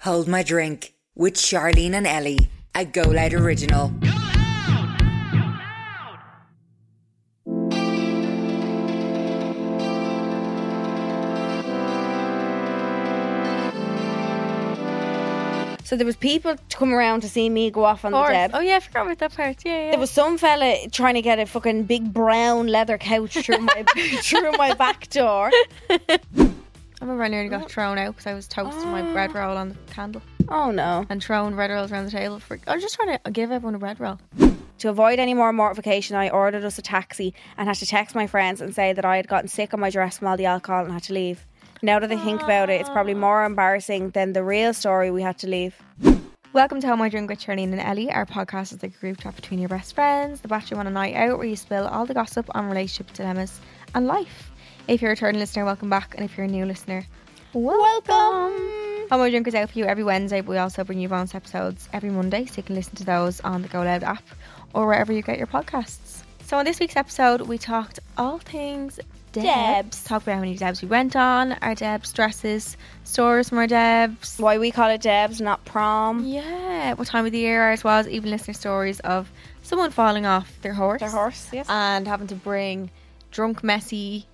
Hold My Drink with Charlene and Ellie, a Go Loud original. So there was people to come around to see me go off on the Horse. deb. Oh yeah, I forgot about that part. Yeah, yeah. There was some fella trying to get a fucking big brown leather couch through my through my back door. I remember I nearly got thrown out because I was toasting my bread roll on the candle Oh no. and throwing bread rolls around the table. For I was just trying to give everyone a bread roll. To avoid any more mortification, I ordered us a taxi and had to text my friends and say that I had gotten sick on my dress from all the alcohol and had to leave. Now that I think about it, it's probably more embarrassing than the real story we had to leave. Welcome to How My Drink with Charlene and Ellie. Our podcast is the group chat between your best friends, the bachelor on a night out, where you spill all the gossip on relationship dilemmas and life. If you're a returning listener, welcome back, and if you're a new listener, welcome. How My Drink is out for you every Wednesday, but we also bring you bonus episodes every Monday, so you can listen to those on the Go Loud app or wherever you get your podcasts. So on this week's episode, we talked all things Debs. Debs. Talked about how many Debs we went on, our Debs dresses, stories from our Debs. Why we call it Debs, not prom. Yeah, what time of the year, as well as even listener stories of someone falling off their horse, Their horse, yes. and having to bring drunk, messy,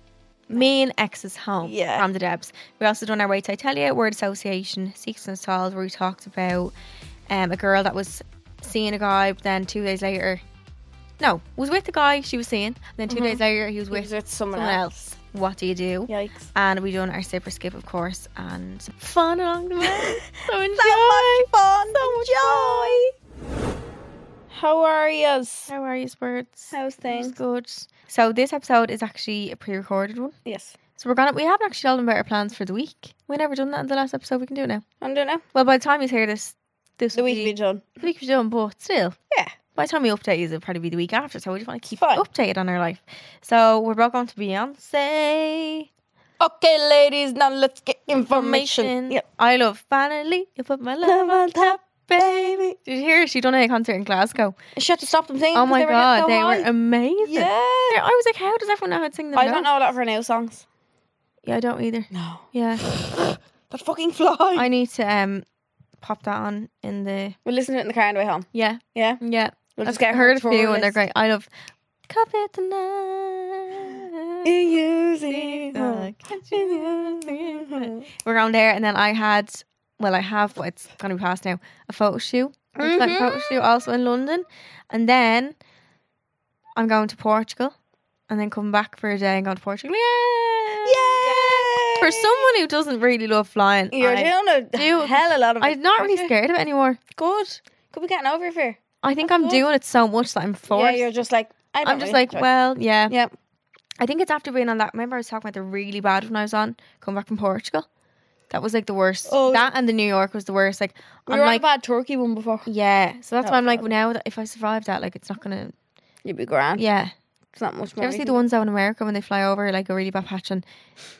mean exes home Yeah. from the Debs. We also done our way to Italia word association, seeks and stalls, where we talked about um, a girl that was seeing a guy, but then two days later, no, was with the guy she was seeing, and then 2 days later he was Mm-hmm. with was with someone else. What do you do? Yikes. And we done our super skip, of course, and fun along the way. so enjoy. much fun. joy. How are yous? How are you, Spurts? How's It's things? good. So this episode is actually a pre-recorded one. Yes. So we're gonna we haven't actually told them about our plans for the week. We never done that in the last episode. We can do it now. I'm doing now. Well, by the time you hear this, this The will week will be done. the week we're done, but still, Yeah. by the time we update you, it'll probably be the week after. So we just want to keep Fine. updated on our life. So we're back on to Beyonce Okay, ladies, now let's get information. Yep. I love finally you put my love on top, baby. Did you hear she done a concert in Glasgow? She had to stop them singing. Oh 'cause my they god, were they were getting so amazing. high. I was like, how does everyone know how to sing them? Yeah. I don't notes? know a lot of her new songs. Yeah, I don't either. No. Yeah. But fucking fly. I need to um pop that on in the we'll listen to it in the car on the way home. yeah Yeah. yeah. We'll just I've get heard her a for few our and they're list. great. I love "Cup It Tonight." Uh, can't you- We're on there, and then I had well, I have, but it's gonna be past now. A photo shoot, a Mhm. photo shoot also in London, and then I'm going to Portugal, and then come back for a day and go to Portugal. Yeah, Yay! For someone who doesn't really love flying, You're I- doing a do- hell a lot of I'm not really aren't you? scared of it anymore. Good. Could be getting over your fear. I think That's I'm good. doing it so much that I'm Yeah, forced. you're just like, I don't I'm just really like, enjoy it. well, yeah. Yeah. I think it's after being on that. Remember, I was talking about the really bad when I was on coming back from Portugal. That was like the worst. Oh. That and the New York was the worst. Like, We I'm were on like, a bad turkey one before. yeah. So That that's why was I'm like, bad. now that if I survive that, like, it's not gonna. You'd be grand. Yeah. It's not much You more. ever see the ones out in America when they fly over like a really bad patch and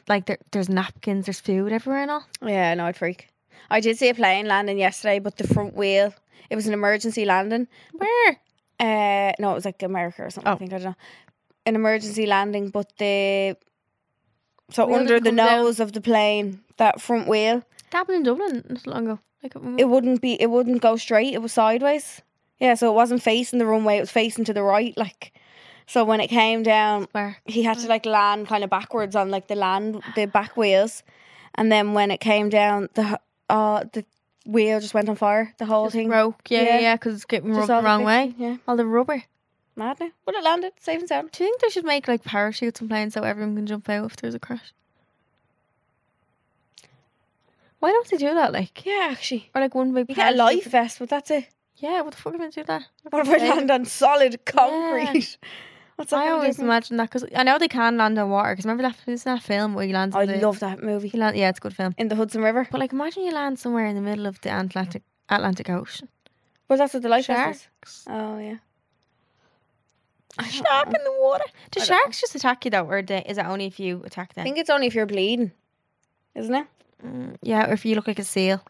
like there, there's napkins, there's food everywhere and all. Yeah, no, I'd freak. I did see a plane landing yesterday, but the front wheel. It was an emergency landing. Where? Uh, no, it was like America or something. I Oh. think I don't know. An emergency landing, but the so Wheel under didn't the come down. nose of the plane, that front wheel, It happened in Dublin not so long ago. Like, it, it wouldn't be, it wouldn't go straight. It was sideways. Yeah, so it wasn't facing the runway. It was facing to the right, like. So when it came down, where? he had to like land kind of backwards on like the land the back wheels and then when it came down the h- uh the wheel just went on fire the whole thing Broke. Yeah, Yeah. yeah, yeah. Because it's getting Just rubbed all the wrong way. friction, yeah All the rubber. mad now but it landed safe and sound Do you think they should make like parachutes and planes so everyone can jump out if there's a crash? Why don't they do that? Like, yeah actually or like one big you get a parachute life vest but that's it for- Yeah, what the fuck am I gonna do that? what if I Yeah. land on solid concrete what's that gonna I do always for me? imagine that because I know they can land on water. Because remember that isn't that film where you land? on I the, love that movie You land, yeah, it's a good film. in the Hudson River But like, imagine you land somewhere in the middle of the Atlantic Atlantic Ocean. well that's what the life vest is Sharks. oh yeah A shark in the water. Do I don't know. sharks just attack you though, or do, is that only if you attack I them? think it's only if you're bleeding isn't it Mm, yeah, or if you look like a seal,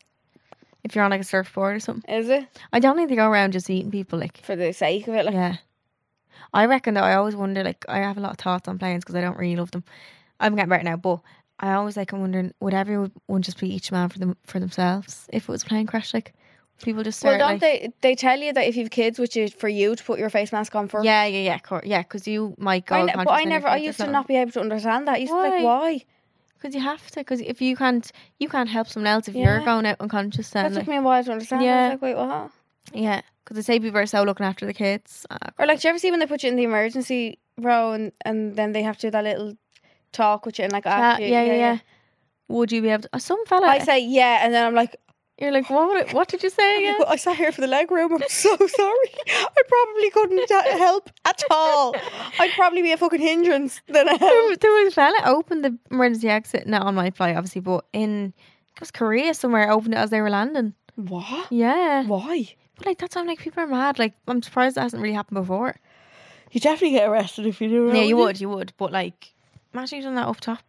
if you're on like a surfboard or something. is it I don't think they go around just eating people. Like, for the sake of it like yeah. I reckon though, I always wonder, like, I have a lot of thoughts on planes because I don't really love them. I'm getting better now, but I always like I'm wondering would everyone just be each man for them for themselves if it was playing crash like people just Well, start don't like, they? They tell you that if you've kids, which is for you to put your face mask on for. yeah yeah yeah of course, yeah because you might go I ne- unconscious but I when you're never. I kids, used it's to not be able to understand that. I used to be like, why? Because you have to. Because if you can't, you can't help someone else if you're Yeah. going out unconscious. That Then, took like, me a while to understand. I Yeah. was like, wait, what? yeah. Because they say people are so looking after the kids. Uh, Or like, do you ever see when they put you in the emergency row and and then they have to do that little talk with you and like yeah, ask you, yeah, yeah, yeah. Would you be able to? Oh, some fella. I say yeah, and then I'm like, you're like, what? Would it, what did you say again? "Well, I sat here for the leg room. I'm so sorry. I probably couldn't da- help at all. I'd probably be a fucking hindrance than a there, help. was- there was a fella opened the emergency exit, not on my flight, obviously, but in it was Korea somewhere. Opened it as they were landing. What? Yeah, Why? but like that's how like people are mad. Like I'm surprised that hasn't really happened before. You definitely get arrested if you do. it, Yeah, you wouldn't would, you would. But like, imagine you done that up top,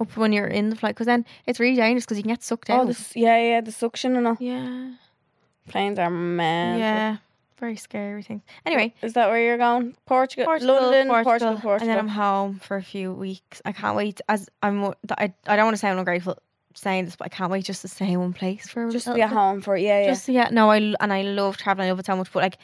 up when you're in the flight, because then it's really dangerous because you can get sucked Oh, down. the, s- yeah, yeah, the suction and all. yeah, Planes are mad. yeah, very scary thing. Anyway, Is that where you're going? Portugal, Portugal, London, Portugal, Portugal, Portugal. and then I'm home for a few weeks. I can't wait. As I'm, wo- th- I, I don't want to sound ungrateful saying this, but I can't wait just to stay in one place for a just to little be at bit. home for it. Yeah, yeah. Oh, Just yeah, no, I l- and I love traveling. I love it so much. But like,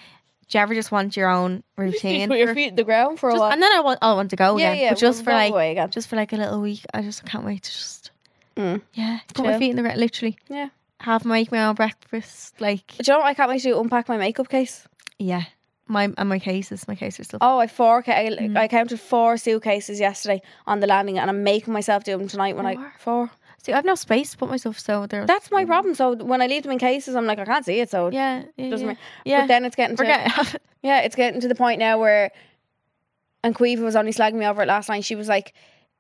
do you ever just want your own routine? put your for- feet in the ground for a just- while. and then I want, I want to go yeah, again. yeah. but just for we'll go like away again. just for like a little week. I just can't wait to just Mm. yeah, put my Chill. feet in the ground. Literally, Yeah. have my make my own breakfast. Like Do you know what I can't wait to do? Unpack my makeup case. yeah, my and my cases, my cases stuff. Oh, I four. ca- I, Mm. I counted four suitcases yesterday on the landing, and I'm making myself do them tonight when Four? I four. See, I've no space to put myself so there. That's my problem. So when I leave them in cases, I'm like I can't see it. So yeah, yeah, yeah, doesn't yeah. matter. yeah. Oh, But then it's getting to Forget. yeah, it's getting to the point now where. And Quiva was only slagging me over it last night. She was like,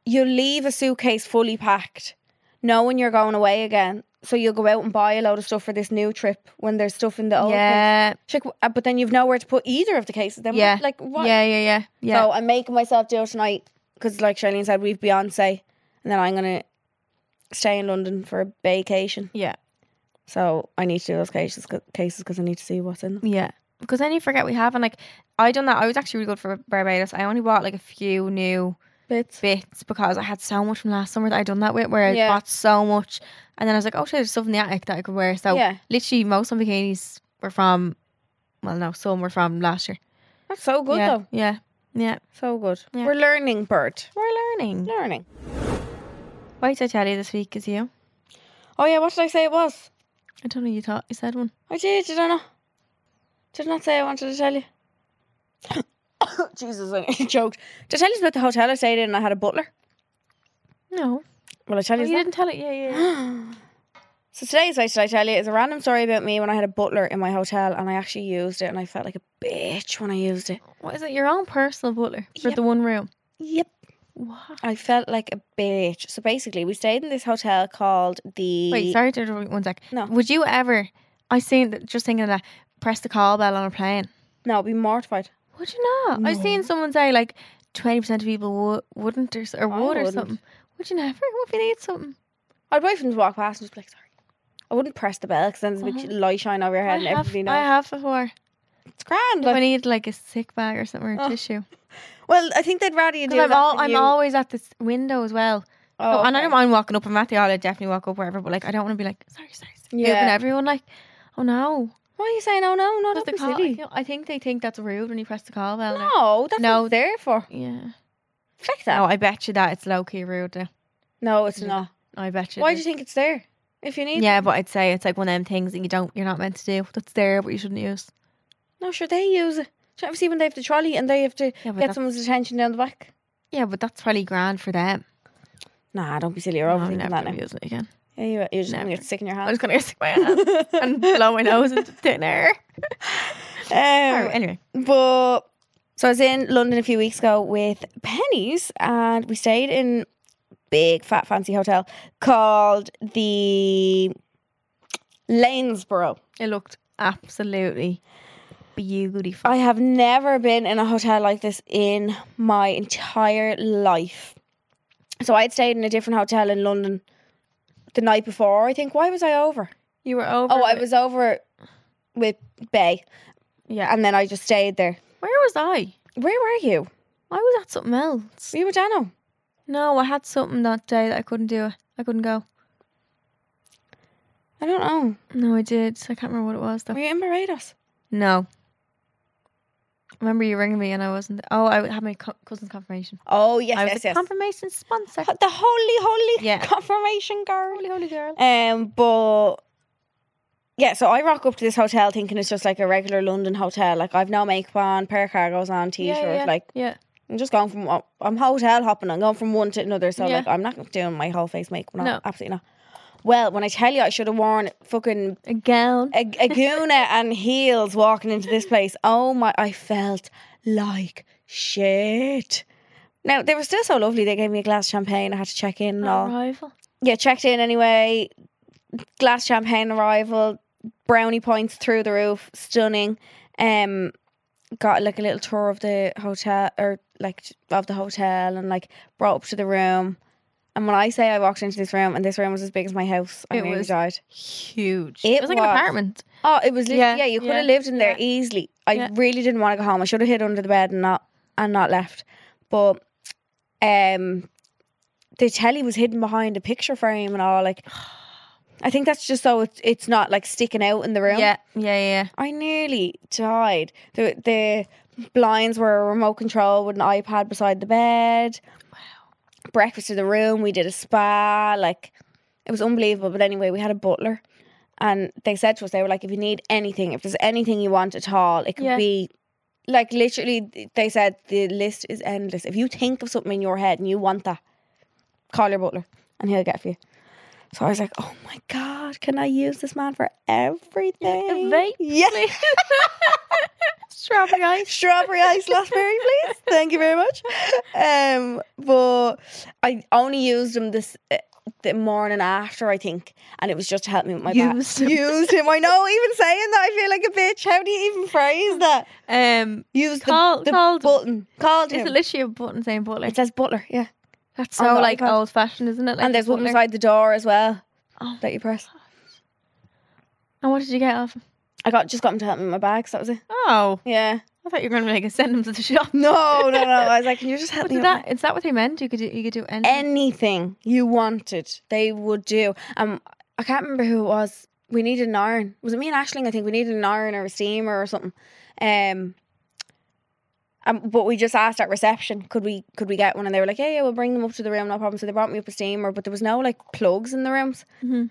"You leave a suitcase fully packed, knowing you're going away again." So you'll go out and buy a load of stuff for this new trip when there's stuff in the Oh, old case. yeah, Check, uh, but then you've nowhere to put either of the cases. Then Yeah. yeah, like what? yeah, yeah, yeah, yeah. So I'm making myself do it tonight because, like Charlene said, we've Beyonce, and then I'm gonna stay in London for a vacation. yeah, So I need to do those cases cases because I need to see what's in them. yeah. Because then you forget we have, and like I done that. I was actually really good for Barbados. I only bought like a few new Bits. bits because I had so much from last summer that I done that with, where Yeah. I bought so much, and then I was like, oh shit, there's stuff in the attic that I could wear. So Yeah. literally, most of my bikinis were from, well, no, some were from last year. That's so good yeah, though. yeah, yeah. So good. Yeah. We're learning, Bird. We're learning. Learning. Why did I tell you this week is you? Oh yeah, what did I say it was? I don't know. You thought you said one. I did. Did I not? Did I not say I wanted to tell you? Jesus, I joked. Did I tell you about the hotel I stayed in and I had a butler? No, Well, I tell Oh, you you that? didn't tell it. Yeah, yeah. So today's I should I tell you is a random story about me when I had a butler in my hotel and I actually used it and I felt like a bitch when I used it. what is it? Your own personal butler for Yep. the one room. Yep. What? I felt like a bitch. So basically we stayed in this hotel called the Wait, sorry to interrupt you one sec. No. Would you ever? I seen that- just thinking of that. Press the call bell on a plane. No, I'd be mortified. Would you not? I've seen someone say like twenty percent of people wo- wouldn't or, s- or I would or wouldn't. something. Would you never? What if you need something? I'd wait for them to walk past and just be like, sorry. I wouldn't press the bell because then there's a big light shine over your Uh-huh. I head and have, everybody I knows. have before. It's grand. If I Like, need like a sick bag or something or a Oh, tissue. well, I think they'd rather you do Because I'm that all than I'm you- always at this window as well. Oh, So- And I okay. don't mind walking up. I'm at the aisle. I definitely walk up wherever. But like, I don't want to be like, sorry, sorry, sorry. Yeah. Yeah. everyone like, oh no. Why are you saying oh no? No, Press don't the be call- silly. I think they think that's rude when you press the call bell. now. No, that's No. no. what there for. Yeah. Fuck No, that. I bet you that it's low key rude. Now. No, it's Yeah. not. I bet you. Why it do you is. think it's there? If you need Yeah, but I'd say it's like one of them things that you don't, you're not meant to do. That's there, but you shouldn't use. No, sure, they use it. Do you ever see when they have the trolley and they have to Yeah, but get that's- someone's attention down the back? Yeah, but that's probably grand for them. Nah, don't be silly. You're No, I'm overthinking never that gonna now. use it again. Yeah, you- you're just going to Never. get sick in your I'm hand. just gonna go stick my hand and blow my nose into thin air. Alright, um, anyway, but so I was in London a few weeks ago with Pennies and we stayed in big fat fancy hotel called the Lanesborough. it looked absolutely beautiful. I have never been in a hotel like this in my entire life. So I had stayed in a different hotel in London the night before. I think why was I over? you were over. Oh, I it. was over with Bay, Yeah. and then I just stayed there. Where was I? Where were you? I was at something else. You were Dano. No, I had something that day that I couldn't do. I couldn't go. I don't know. No, I did. I can't remember what it was though. Were you in Barbados? No. I remember you ringing me and I wasn't. Oh, I had my co- cousin's confirmation. Oh yes, I was yes, a yes. confirmation sponsor. Ho- the holy, holy Yeah. confirmation girl. Holy, holy girl. Um, but yeah, so I rock up to this hotel thinking it's just like a regular London hotel. Like I've no makeup on, pair of cargos on, t-shirt. yeah, yeah. Like yeah. I'm just going from I'm hotel hopping. I'm going from one to another. So Yeah. like I'm not doing my whole face makeup. No, No. absolutely not. Well, when I tell you I should have worn fucking A gown. a, a guna and heels walking into this place. Oh my! I felt like shit. Now they were still so lovely. They gave me a glass of champagne. I had to check in Oh, and all. Arrival. Yeah, checked in anyway. Glass champagne arrival. Brownie points through the roof. Stunning. Um, got like a little tour of the hotel or like of the hotel and like brought up to the room. And when I say I walked into this room and this room was as big as my house, I It nearly was- died. Huge. It It, was like was. an apartment. Oh, it was lit- Yeah, yeah, You could yeah, have lived in there yeah. easily. I Yeah. really didn't want to go home. I should have hid under the bed and not and not left. But um, the telly was hidden behind a picture frame and all. Like, I think that's just so it's it's not like sticking out in the room. Yeah, yeah, yeah. I nearly died. The the blinds were a remote control with an iPad beside the bed. Wow. Breakfast in the room. We did a spa. Like it was unbelievable. But anyway, we had a butler, and they said to us, they were like, if you need anything, if there's anything you want at all, it could Yeah. be. Like literally, they said the list is endless. If you think of something in your head and you want that, call your butler and he'll get it for you. So I was like, oh my god, can I use this man for everything? vape, Yeah. Strawberry ice. strawberry ice raspberry, please. Thank you very much. Um, but I only used them this uh, the morning after, I think, and it was just to help me with my back. Used them. Used him. I know. Even saying that, I feel like a bitch. How do you even phrase that? Um, Used the- Call- the, called him. button. Called is him. it literally a button saying butler? it says butler. Yeah, That's on so the like iPad. old fashioned, isn't it? Like and there's one butler. beside the door as well Oh. that you press. And what did you get off? him? I got just got him to help me with my bags. That was it. Oh, Yeah. I thought you were going to like send him to the shop. No, no, no. I was like, can you just help But me? did with my that is that what they meant? You could do, you could do anything. anything you wanted, they would do. Um, I can't remember who it was. We needed an iron. Was it me and Ashling? I think we needed an iron or a steamer or something. Um, um, but we just asked at reception, could we could we get one? And they were like, yeah, yeah, we'll bring them up to the room, no problem. So they brought me up a steamer, but there was no like plugs in the rooms. Mhm.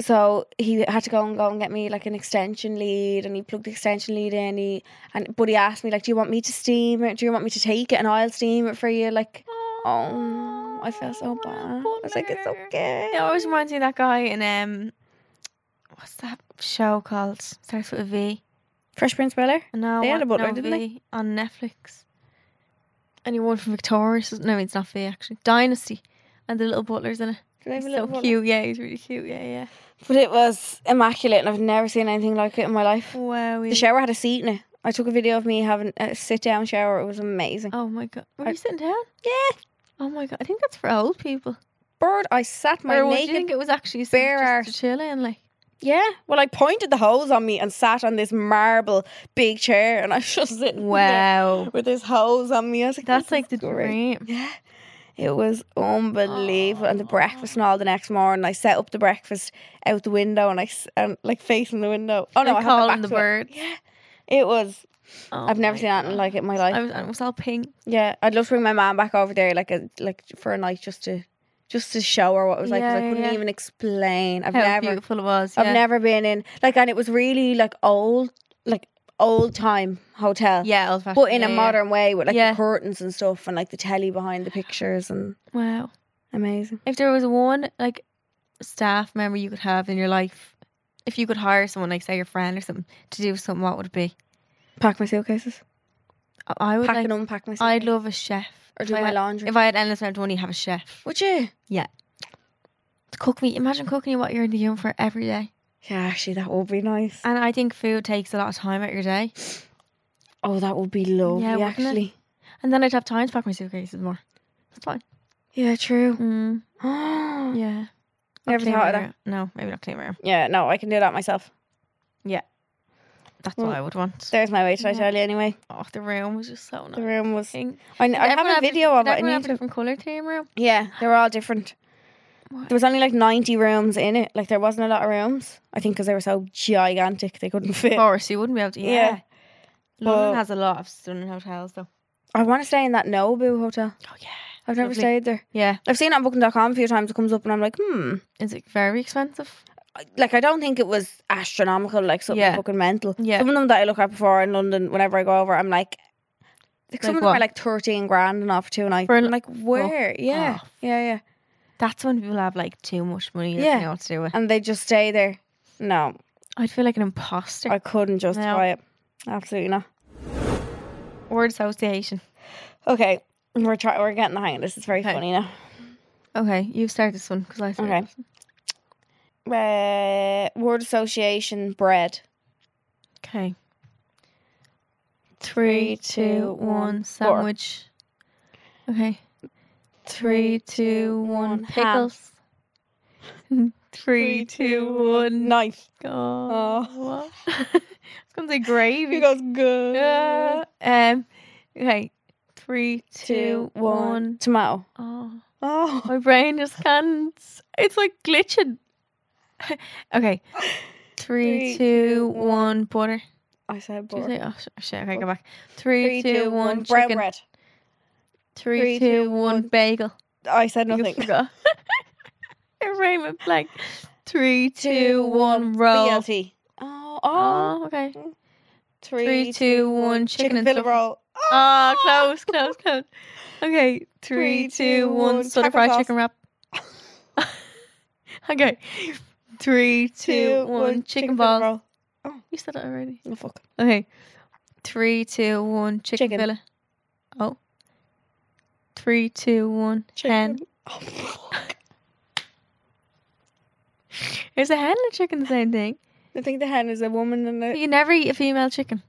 So he had to go and go and get me like an extension lead, and he plugged the extension lead in. He and but he asked me like, do you want me to steam it? Do you want me to take it and I'll steam it for you? Like Oh, I feel so bad. I was like, it's Butler. okay. It always reminds me of that guy in um, what's that show called? Starts with a V. Fresh Prince Bel Air. No, They had what- a butler, no, didn't they? V On Netflix. And he won from Victoria. so- No, it's not V actually. Dynasty. And the little butler's in it. Do they have He's a so little one? cute. Yeah, he's really cute. Yeah, yeah. But it was immaculate, and I've never seen anything like it in my life. Wow. The shower had a seat in it. I took a video of me having a sit down shower. It was amazing. Oh my god. Were I- you sitting down? Yeah, Oh my god. I think that's for old people. bird. I sat my or would you naked. think it was actually bare bare arse. just to chill in, like yeah. Well, I pointed the hose on me and sat on this marble big chair, and I was just sitting there Wow. with this hose on me. I was like, That's this like is the great. dream. Yeah. It was unbelievable, and the breakfast and all the next morning. I set up the breakfast out the window, and I s- and like facing the window. Oh no, I Like had my calling back the to it. birds. Yeah, it was. Oh I've never my seen anything God. like it in my I life. was, I was all pink. yeah, I'd love to bring my mom back over there, like a like for a night, just to just to show her what it was like. 'cause Yeah, I yeah, couldn't yeah. even explain. I've How never, beautiful it was. I've yeah. never been in like, and it was really like old, like old time hotel. Yeah, old fashioned. But in yeah, a yeah. modern way with like Yeah. the curtains and stuff and like the telly behind the pictures and Wow. amazing. If there was one like staff member you could have in your life, if you could hire someone, like say your friend or something, to do something, what would it be? Pack my suitcases. I- I would Pack like, and unpack my I'd suitcases. love a chef. Or If do I my had- laundry. If I had endless amount of money, have a chef. Would you? To cook me. Imagine cooking what you're in the oven for every day. Yeah, actually, that would be nice. And I think food takes a lot of time out your day. Oh, that would be lovely, wouldn't it? actually. And then I'd have time to pack my suitcases more. That's fine. Yeah, true. Mm, yeah, yeah. Never Clean thought of my room. No, maybe not clean my room. no, I can do that myself. Yeah. That's what I would want. There's my way. Should I Yeah. tell you anyway? Oh, the room was just so nice. The room was. Did I, I have everyone a video did of it. I everyone have need a to, different color to your room. yeah, they were all different. What? There was only like 90 rooms in it. Like there wasn't a lot of rooms. I think because they were so gigantic they couldn't fit. Of course, you wouldn't be able to. Yeah. Yeah. London But- has a lot of stunning hotels, though. I want to stay in that Nobu hotel. Oh yeah. I've never Lovely. stayed there. Yeah. I've seen it on booking.com a few times. It comes up and I'm like, hmm. Is it very expensive? Like I don't think it was astronomical. Like something Yeah. fucking mental. Yeah. Some of them that I look at before in London, whenever I go over, I'm like, like some Like of them what? are like 13 grand and off two nights. For an- Oh. I'm like, where? Yeah. off. Yeah, yeah. That's when people have like too much money. Yeah. Yeah. Know what to do with. And they just stay there. No, I'd feel like an imposter. I couldn't justify it. Absolutely not. Word association. Okay. We're try- we're getting the hang of this. It's very Okay. funny now. Okay, you start this one because I started. Okay. this one. Uh, word association bread. Okay. Three, two, one, butter. Sandwich. Okay. Three, two, one, ham. Pickles. Three, two, one. Knife. Oh. what? I was gonna say gravy. He goes good. Yeah. Um. Okay. Three, Two, two, one. one. Tomato. Oh, Oh. my brain just can't. It's like glitching. okay. Three, Three, two, two, one. Butter. I said Did you butter. say- Oh, sh- shit. Okay, go back. Three, two, one. brown chicken. bread. Three, two, one. Bagel. I said You nothing. forgot. My brain went blank. Three, two, Two, one. Roll. BLT. Oh, oh. Oh, okay. Three, Three, two, one. Chicken, and fillet stuff. roll. Ah, close, close, close. Okay, three, two, one. Sort Taco of fried sauce. chicken wrap. okay, three, two, one. Chicken fillet balls. roll. You said it already. Oh, fuck. Okay, three, two, one. Chicken, Chicken. fillet. Oh. Three, two, one. Hen. Oh, fuck. Is a hen and a chicken the same thing? I think the hen is a woman and a... You never eat a female chicken.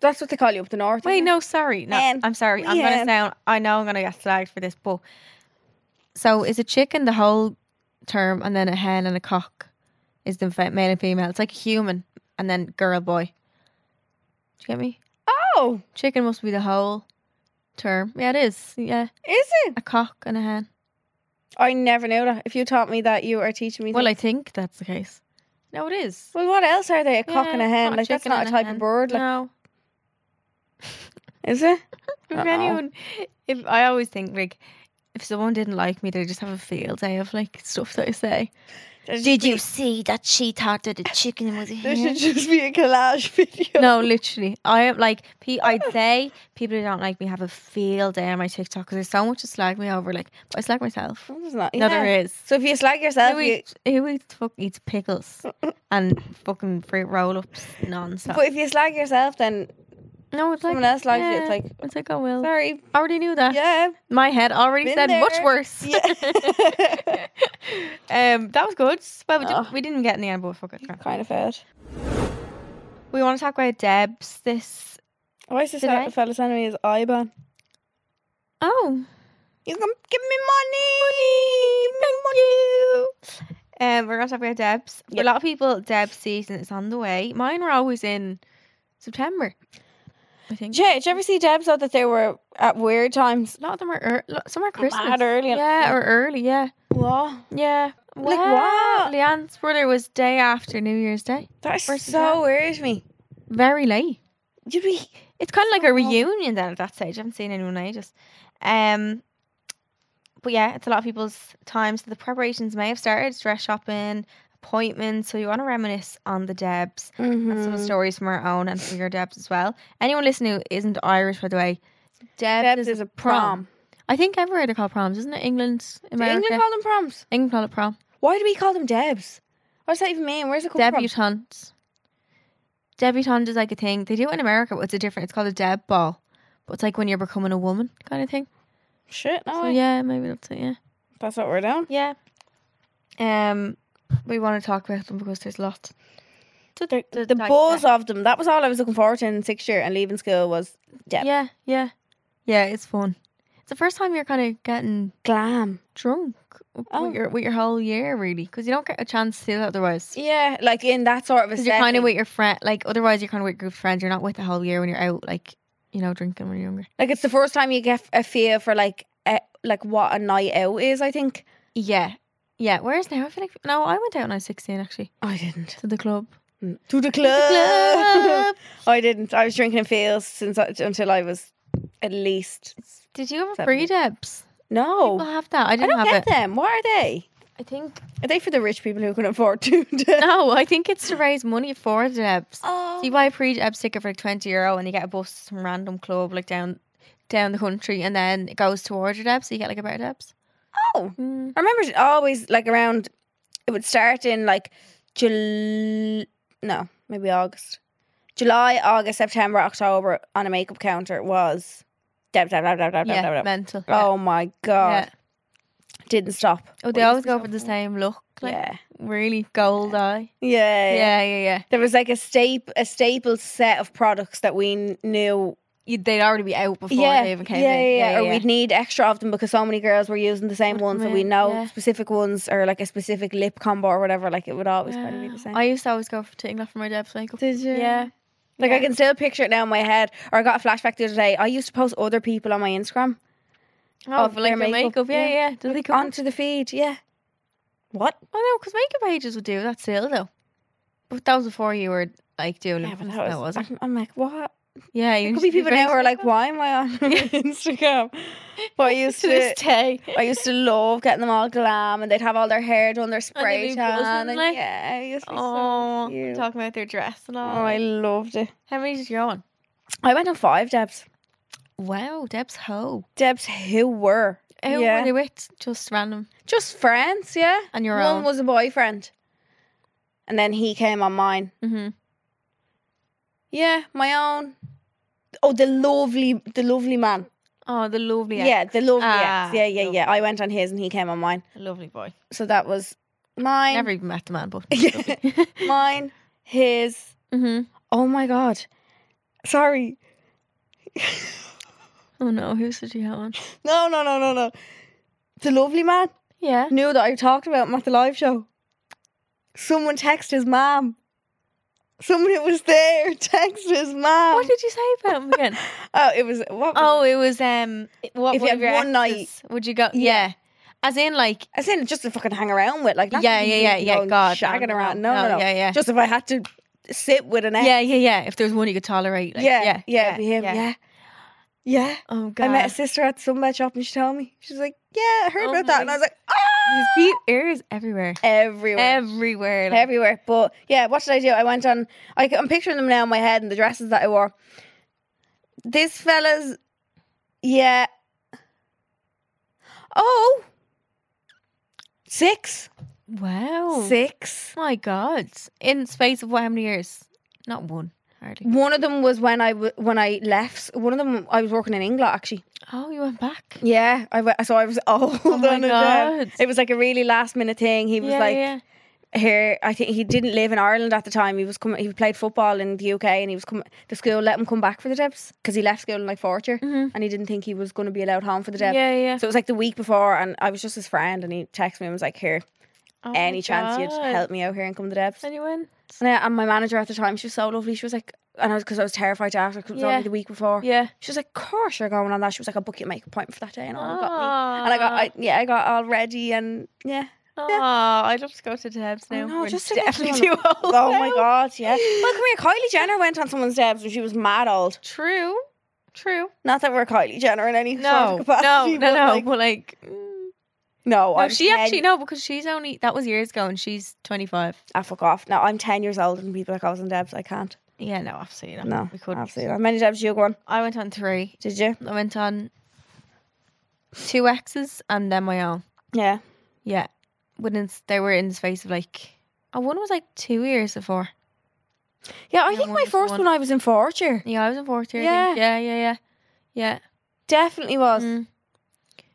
That's what they call you up the north. Wait, isn't it? no, sorry. No, Hen. I'm sorry. I'm gonna Hen. sound. I know I'm gonna get slagged for this, but so is a chicken the whole term, and then a hen and a cock is the fe- male and female. It's like human, and then girl boy. Do you get me? Oh, Chicken must be the whole term. Yeah, it is. Yeah, is it? a cock and a hen. I never knew that. If you taught me that, you are teaching me. Well, I things. think that's the case. No, it is. well, what else are they? A cock Yeah, and a it's hen? not Like that's chicken not and a type hen. of bird, like, no. is it? If Uh-oh. anyone, if I always think like, if someone didn't like me, they just have a field day of like stuff that I say. Did you Mm-hmm. see that she thought that the chicken was a This should just be a collage video. No, literally. I am like, pe- I'd say people who don't like me have a field day on my TikTok because there's so much to slag me over. Like, but I slag myself. No, there's not. No, Yeah. there is. So if you slag yourself, Who you- eats, who eats, fuck, eats pickles and fucking fruit roll ups nonsense? but if you slag yourself, then no, it's someone like, else slags you, it's yeah, like- it's like, oh, well. sorry. I already knew that. Yeah. My head already Been said much there. worse. Yeah. um, that was good. Well, we, Oh. didn't, we didn't get in the end, but fuck it. kind of failed. We want to talk about Debs this. Why is this Did fe- I? fella sending me his IBAN? Oh, He's gonna give me money. Give me money. um, we're gonna talk about Debs. For Yep. A lot of people, Debs season is on the way. Mine were always in September. I think Yeah, did you ever see Debs out that they were at weird times? a lot of them are ear- lo- some are Christmas Mad early. Yeah, or early. Yeah, Wow. yeah. Like, Wow. what? Leanne's brother was day after New Year's Day. That's Where's the so weird to me. Very late. Did we? It's kind of like So a odd. reunion then at that stage. I haven't seen anyone in ages. Um, but yeah, it's a lot of people's time. So the preparations may have started, dress shopping, appointments. So you want to reminisce on the Debs Mm-hmm. and Hmm. some stories from our own and from your Debs as well. Anyone listening who isn't Irish, by the way, Debs, Debs is, is a prom. prom. I think everywhere they call proms, isn't it? England, Do America, England call them proms? England call it prom. Why do we call them Debs? What does that even mean? Where's it come from? Debutante. Debutante is like a thing. They do it in America, but it's a different. It's called a deb ball. But it's like when you're becoming a woman kind of thing. Shit, no. So way. yeah, maybe that's it. Yeah. That's what we're doing. Yeah. Um, we want to talk about them because there's lots. The, the the type- buzz of them. That was all I was looking forward to in sixth year and leaving school was Debs. Yeah, yeah, yeah. It's fun. It's the first time you're kind of getting Glam. drunk Oh. with, your, with your whole year, really, because you don't get a chance to do that otherwise. Yeah, like in that sort of a Because you're kind setting. of with your friend, like otherwise you're kind of with group friends. You're not with the whole year when you're out, like you know, drinking when you're younger. like it's the first time you get a feel for like eh, like what a night out is. I think. Yeah, yeah. Whereas now I feel like no, I went out when I was sixteen actually I didn't to the club. to the club. Club. I didn't. I was drinking in fields since I, until I was at least Did you have Seven. a free dibs? no. People have that. I I didn't don't have get it. them. What are they? Oh. I think Are they for the rich people who can afford to? no. I think it's to raise money for the dibs. Oh. So you buy a free dibs ticket for like twenty euro, and you get a bus to some random club like down down the country, and then it goes towards your dibs, so you get like a better Mm. dibs. Oh. I remember it always like around. It would start in like July. No, maybe August, July, August, September, October on a makeup counter was. Dab, dab, dab, dab, dab, Yeah, dab, dab, dab. mental. Oh my god! Yeah. Didn't stop. Oh, they What always used to go go for the for? same look. Like, yeah. really gold eye. yeah, yeah. Yeah, yeah, yeah. There was like a staple, a staple set of products that we kn- knew You, they'd already be out before they even came yeah, in. Yeah, yeah, Or we'd need extra of them because so many girls were using the same Put ones them that we in, know yeah. specific ones or like a specific lip combo or whatever. Like it would always kind of be the Wow. same. I used to always go for to England for my dad's makeup. Did you? Yeah. like I yeah. can still picture it now in my head. Or I got a flashback the other day. I used to post other people on my Instagram Oh, Of for like their their makeup, makeup. Yeah, yeah. yeah. Did they come? On? onto the feed. Yeah. What? Oh no, because makeup pages would do that still though. But that was before you were like doing it. that was. I'm, I'm like, what? Yeah, you There could used be to people very now who are like, simple. why am I on Instagram? But I used to this to. day. I used to love getting them all glam, and they'd have all their hair done, their spray be tan, buzzing, and like- yeah, it used to be so Oh, cute. talking about their dress and all. Oh, I loved it. How many did you go on? I went on five Debs. Wow, Deb's hoe. Debs who were? Who yeah. were they with? Just random. Just friends, yeah. And your One own. was a boyfriend. And then he came on mine. Mm-hmm. Yeah, my own. Oh, the lovely the lovely man. Oh, the lovely. Yeah, ex. the lovely Ah, ex. Yeah, yeah, lovely. yeah. I went on his and he came on mine. lovely boy. So that was mine. Never even met the man, but mine, his. hmm Oh my god. Sorry. Oh no, who's did you have on? No, no, no, no, no. The lovely man. Yeah. knew that I talked about him at the live show. Someone texted his mom. Someone who was there texted his mom. What did you say about him again? oh, it was what? Was oh, it was um. What If you one had of your one night- exes would you go? Yeah. Yeah. As in, like. I said just to fucking hang around with, like not yeah, to yeah, be yeah, yeah. going God, shagging around. No, no, no. Yeah, yeah. Just if I had to sit with an ex. yeah, yeah, yeah. If there was one you could tolerate, like, yeah, yeah, yeah, it'd be him, yeah. yeah. Oh god, I met a sister at some bed shop and she told me. She's like, Yeah, I heard Oh about that. my And I was like, Oh his feet, ears everywhere, everywhere. everywhere. like- everywhere. But yeah, what did I do? I went on. I, am picturing them now in my head and the dresses that I wore. This fella's, yeah. Oh, six, Wow. six. My God. In space of what, how many years? Not one, hardly. One of them was when I w- when I left. One of them I was working in England actually. Oh, you went back. Yeah, I went, so I was old Oh my on it. then. God. It was like a really last minute thing. He was yeah, like, yeah. here I think he didn't live in Ireland at the time. He was coming. He played football in the UK, and he was coming. The school let him come back for the Debs because he left school in like fourth year, Mhm. and he didn't think he was going to be allowed home for the yeah, Debs. yeah. So it was like the week before, and I was just his friend, and he texted me and was like, "Here, Oh my any chance you'd God. help me out here and come to the Debs?" And, Anyone? I, and my manager at the time, she was so lovely. She was like, and I was because I was terrified to ask her 'cause it was Yeah. only the week before. Yeah. She was like, "Of course you're going on that." She was like, "I'll book you a makeup appointment for that day," and all and got me. And I got, I, yeah, I got all ready, and yeah. Oh, I'd love to go to Debs I now. know, We're just to get definitely someone- too old. Oh my now. god, yeah. Well, come here. Kylie Jenner went on someone's debs when she was mad old. True. True. Not that we're Kylie Jenner in any No, sort of capacity. no, no, but, no. like, but like, mm, no, no, I'm she 10 actually no, because she's only that was years ago, and she's twenty five. Ah, fuck off. No, I'm ten years old and people like I was on debs. I can't. Yeah, no, absolutely not. No, we couldn't. absolutely. not. How many debs did you go on? I went on three. Did you? I went on two exes and then my own. Yeah. Yeah, within they were in the space of like, oh, one was like two years before. Yeah, I Yeah, think one my was first one. one I was in fourth year. Yeah, I was in fourth year. I Yeah. think. yeah, yeah, yeah, yeah. Definitely was. Mm.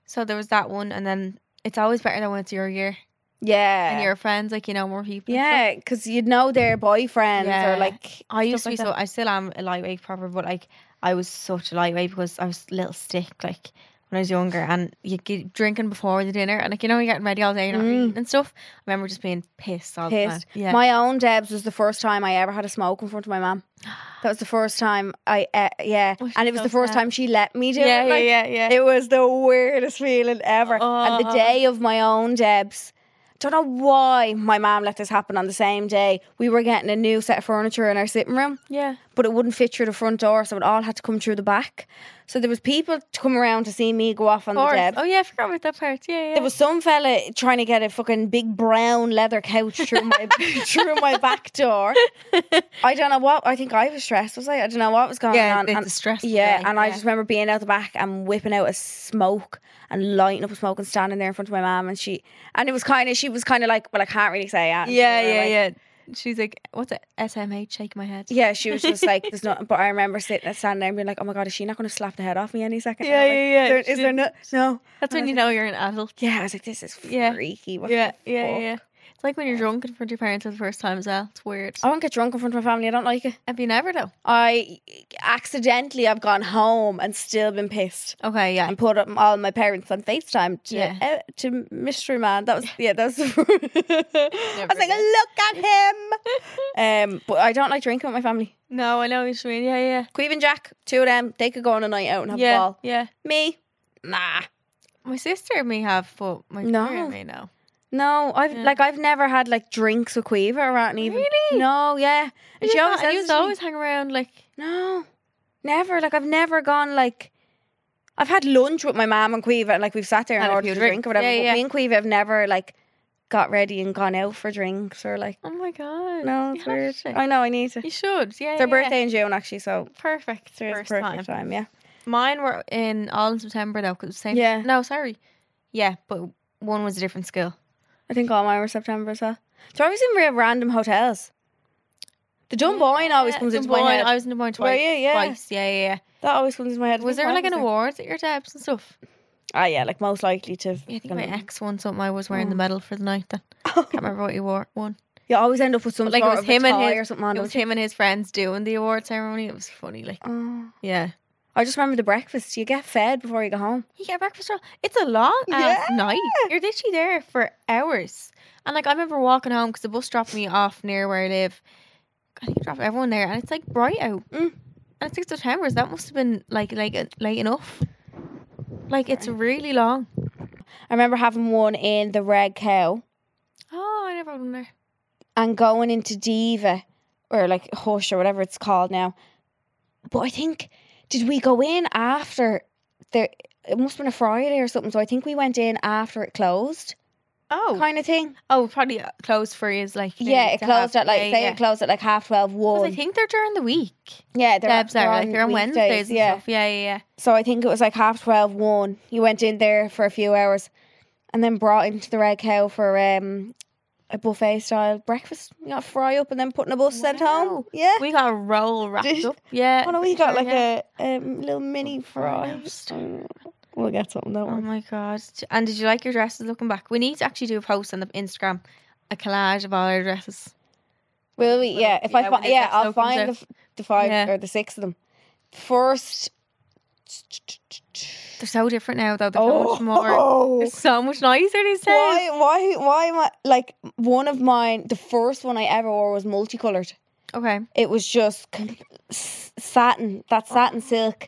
So there was that one, and then it's always better than when it's your year Yeah. and your friends, like you know, more people. and stuff. yeah, because you'd know their boyfriends Yeah. or like. I used to stuff be like so. I still am a lightweight proper, but like I was such a lightweight because I was a little stick. Like when I was younger, and you get drinking before the dinner, and like you know, you're getting ready all day and, not eating and stuff. I remember just being pissed all Mm. pissed. the time. Yeah, My own Debs was the first time I ever had a smoke in front of my mum. That was the first time I, uh, yeah, Oh, she's and it was so the first sad. time she let me do yeah, it. yeah, like, yeah, yeah. It was the weirdest feeling ever. And the Oh. day of my own Debs, don't know why my mum let this happen on the same day. We were getting a new set of furniture in our sitting room yeah. but it wouldn't fit through the front door, so it all had to come through the back. So there was people to come around to see me go off on the Or- deb. Oh yeah, I forgot about that part. Yeah, yeah. There was some fella trying to get a fucking big brown leather couch through my through my back door. I don't know what I think I was stressed, was I? I don't know what was going yeah, on. it's and- a stressful yeah, day. and I just remember being out the back and whipping out a smoke and lighting up a smoke and standing there in front of my mum and she and it was kind of she was kind of like well I can't really say that. And yeah, we were yeah, like, yeah. She's like, what's it? SMH, shake my head. Yeah, she was just like, "There's nothing." But I remember sitting and standing there and being like, "Oh my god, is she not going to slap the head off me any second? Yeah, now? Like, yeah, yeah. Is there, is She- there no? No. That's when you know you're an adult. Yeah, I was like, "This is Yeah. freaky." What Yeah, the yeah, fuck? yeah. It's like when you're drunk in front of your parents for the first time as well. Oh. It's weird. I won't get drunk in front of my family. I don't like it. Have you never though? I accidentally I've gone home and still been pissed Okay, yeah. and put up all my parents on Facetime to Yeah. eh, to mystery man. That was yeah, that was. I was like, look at him. um, but I don't like drinking with my family. No, I know what you mean. Yeah, yeah, Queeve and Jack, two of them, they could go on a night out and have yeah, a ball. yeah. Me, nah. My sister and me have, but my No. parent may know. No, I've Yeah. like I've never had like drinks with Queeve or around even. Really? No, yeah. And she always and says you it to me. always hang around like. No. Never. Like I've never gone like I've had lunch with my mum and Queeve and like we've sat there and Had a ordered few a drink drinks. or whatever. Yeah, but yeah. Me and Queeve have never like got ready and gone out for drinks or like Oh my god! no, you it's have weird. to. I know, I need to. You should. Yeah, It's her yeah, yeah. birthday in June actually, so Perfect. it's the First perfect time. time. yeah. Mine were in all in September though, because same. Yeah. No, sorry. Yeah, but one was a different school. I think all mine were September as well. They're always in real random hotels. The Dunboyne always Yeah, comes into my Dunboyne. head. I was in Dunboyne Were twice. you? Yeah. Twice. Yeah, yeah. yeah. That always comes into my head. Was there Dunboyne like an was awards at your debs and stuff? Ah, yeah, like most likely to. Yeah, I think my ex won something. I was wearing the medal for the night. Then can't remember what he wore. Won. You always end up with some But, like it sort was of a him and tie his or something on It don't was you? him and his friends doing the award ceremony. It was funny. Like Oh. yeah, I just remember the breakfast. You get fed before you go home. you get breakfast. roll. It's a long ass Yeah. night. You're literally there for hours. And like I remember walking home because the bus dropped me off near where I live. I think it dropped everyone there, and it's like bright out. Mm. And it's like September. So that must have been like like uh, late enough. Like it's really long. I remember having one in the Red Cow Oh, I never went there. and going into Diva or like Hush or whatever it's called now. But I think did we go in after there? It must have been a Friday or something. So I think we went in after it closed, Oh, kind of thing. oh, probably uh, closed for is like maybe yeah, it to closed have- at like yeah, say yeah. it closed at like half twelve 'Cause one. I think they're during the week. yeah, they're, Debs they're are like they're on Wednesdays. and yeah. stuff. Yeah, yeah, yeah. So I think it was like half 12, 1. You went in there for a few hours and then brought into the Red Cow for um, a buffet style breakfast. You got a fry up and then put in a bus sent home. Wow. Yeah. We got a roll wrapped Did- up. Yeah. oh no, we sure, got like yeah. a um, little mini fry. roast. Mm, We'll get something, don't Oh worry. my god! And did you like your dresses? Looking back, we need to actually do a post on the Instagram, a collage of all our dresses. Will we? Yeah, if I yeah, when find, the yeah, sex I'll opens find out. the, f- the five Yeah. or the six of them. First. They're so different now, though. They're so Oh, much more. They're so much nicer these days. why, why, why am I like one of mine? The first one I ever wore was multicolored. Okay. it was just com- s- satin that Oh. satin silk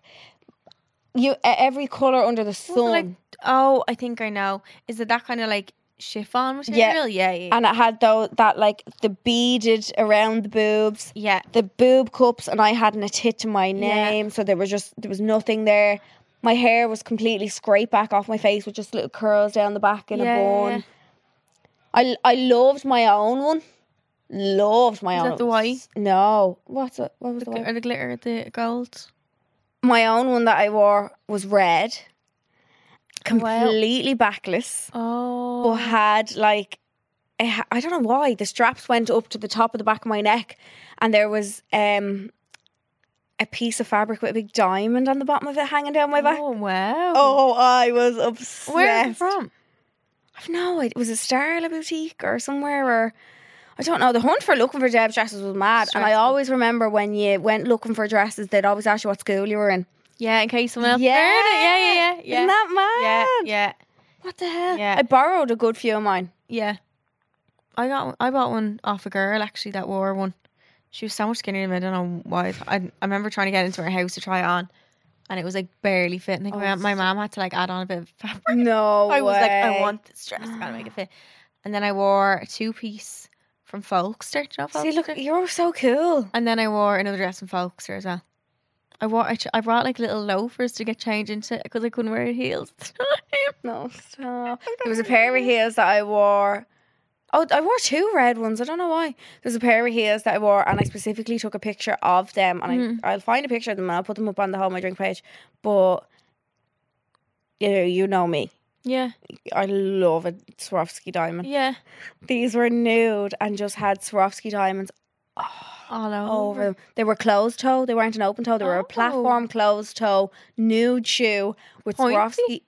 you e- every color under the Was it like- sun oh, I think I know. Is it that kind of like chiffon material? Yeah, yeah, yeah. and it had though that like the beaded around the boobs yeah. the boob cups and i hadn't a tit to my Yeah. name so there was just there was nothing there my hair was completely scraped back off my face with just little curls down the back in Yeah, a yeah, bun yeah. I, I loved my own one loved my Is own that the one. white? no what's it what was The, the gl- white or the glitter, the gold. my own one that I wore was red, completely backless, Oh. but had like it ha- I don't know why the straps went up to the top of the back of my neck, and there was um a piece of fabric with a big diamond on the bottom of it hanging down my back. Oh wow. Oh, I was obsessed. Where is it from? I've no idea. Was it Starla Boutique or somewhere or I don't know. The hunt for looking for Deb dresses was mad. And I Stressful. always remember when you went looking for dresses, they'd always ask you what school you were in. Yeah, in case someone else Yeah. heard it. Yeah, yeah, yeah. yeah. Isn't that yeah, mad? yeah, What the hell? Yeah. I borrowed a good few of mine. yeah. I got I bought one off a girl actually that wore one. She was so much skinnier than me. I don't know why. I, I remember trying to get into her house to try it on, and it was like barely fit. And like, my, my mom had to like add on a bit of fabric. Oh, No I was like, I way. Ah. want this dress. I gotta make it fit. And then I wore a two piece from Folkster. Do you know See, look, Folkster? you're so cool. And then I wore another dress from Folkster as well. I wore I, ch- I brought like little loafers to get changed into because I couldn't wear heels. No, stop. There was a pair of heels that I wore. Oh, I wore two red ones. I don't know why. There was a pair of heels that I wore, and I specifically took a picture of them. And Mm-hmm. I, I'll find a picture of them and I'll put them up on the Home My Drink page. But you know, you know me. yeah, I love a Swarovski diamond. yeah, These were nude and just had Swarovski diamonds all over over. them. Oh, They were closed toe. They weren't an open toe. They were Oh. a platform closed toe, nude shoe with Pointy? Swarovski.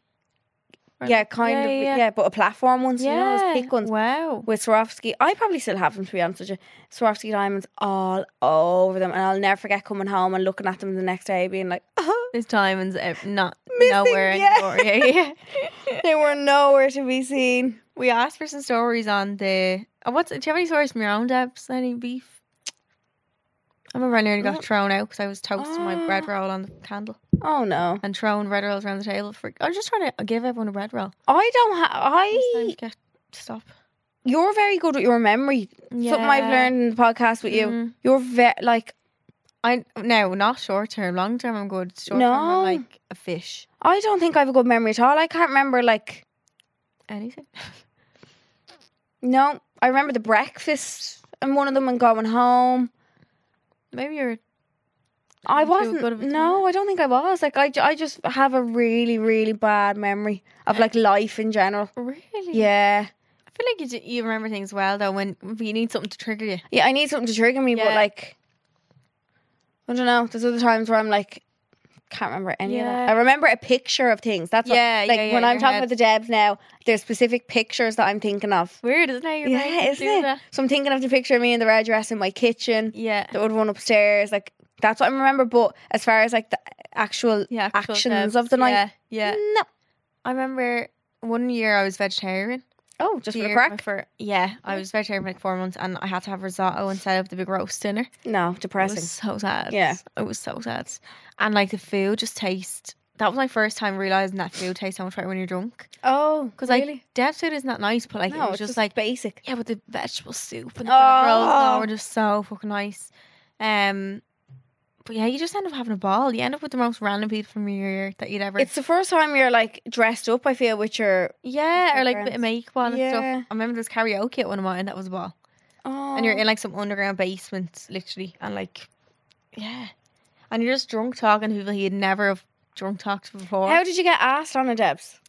Yeah, kind Yeah, of. yeah, Yeah. yeah. but a platform ones. You know, those thick ones. Wow. With Swarovski, I probably still have them to be honest with you. Swarovski diamonds all over them, and I'll never forget coming home and looking at them the next day, being like, oh, There's diamonds ev- uh, not Missing, nowhere yeah. anymore. Yeah, yeah. they were nowhere to be seen. we asked for some stories on the. Oh, what's do you have any stories from your own Debs? Any beef? I remember I nearly got thrown out because I was toasting my bread roll on the candle Oh no, and throwing bread rolls around the table. For I was just trying to give everyone a bread roll. I don't have. It's time I to get stop. you're very good with your memory. Something I've Yeah. learned in the podcast with you. Mm. You're very like I no, not short term, long term. I'm good. Short term, No. I'm like a fish. I don't think I have a good memory at all. I can't remember like Anything? no. I remember the breakfast and one of them and going home. Maybe you're I too wasn't. good of a no, I don't think I was. Like I, ju- I just have a really, really bad memory of like life in general. really. Yeah, I feel like you, do, you remember things well though. When if you need something to trigger you, yeah. I need something to trigger me, but Yeah. like I don't know. There's other times where I'm like can't remember any of that. I Yeah. remember a picture of things. That's what- Yeah, like yeah, yeah, when in I'm your talking head. about the Debs now. There's specific pictures that I'm thinking of. weird, isn't it? Your brain Yeah, can isn't do it? that. So I'm thinking of the picture of me in the red dress in my kitchen. Yeah. the other one upstairs. Like that's what I remember. But as far as like the actual yeah, actual actions steps. of the night, Mm. Yeah, yeah. no. I remember one year I was vegetarian. Oh, just The for the year- my crack? Mm. fir- yeah, I was vegetarian for like four months, and I had to have risotto instead of the big roast dinner. No, It depressing. was so sad. Yeah. it was so sad. And like the food just tastes. That was my first time realizing that food tastes so much better when you're drunk. oh, Because like Deb's food isn't that nice, but like no, it was it's just like basic. yeah, with the vegetable soup and the bread rolls and all Oh. were just so fucking nice. Um, but yeah, you just end up having a ball. You end up with the most random people from your year that you'd ever. It's the first time you're like dressed up. I feel with your yeah, or your like a bit friends. of makeup on and Yeah. stuff. I remember there was karaoke at one of mine. That was a ball, oh, and you're in like some underground basement, literally, and like yeah, and you're just drunk talking to people you'd never have drunk talked to before. How did you get asked on a Debs?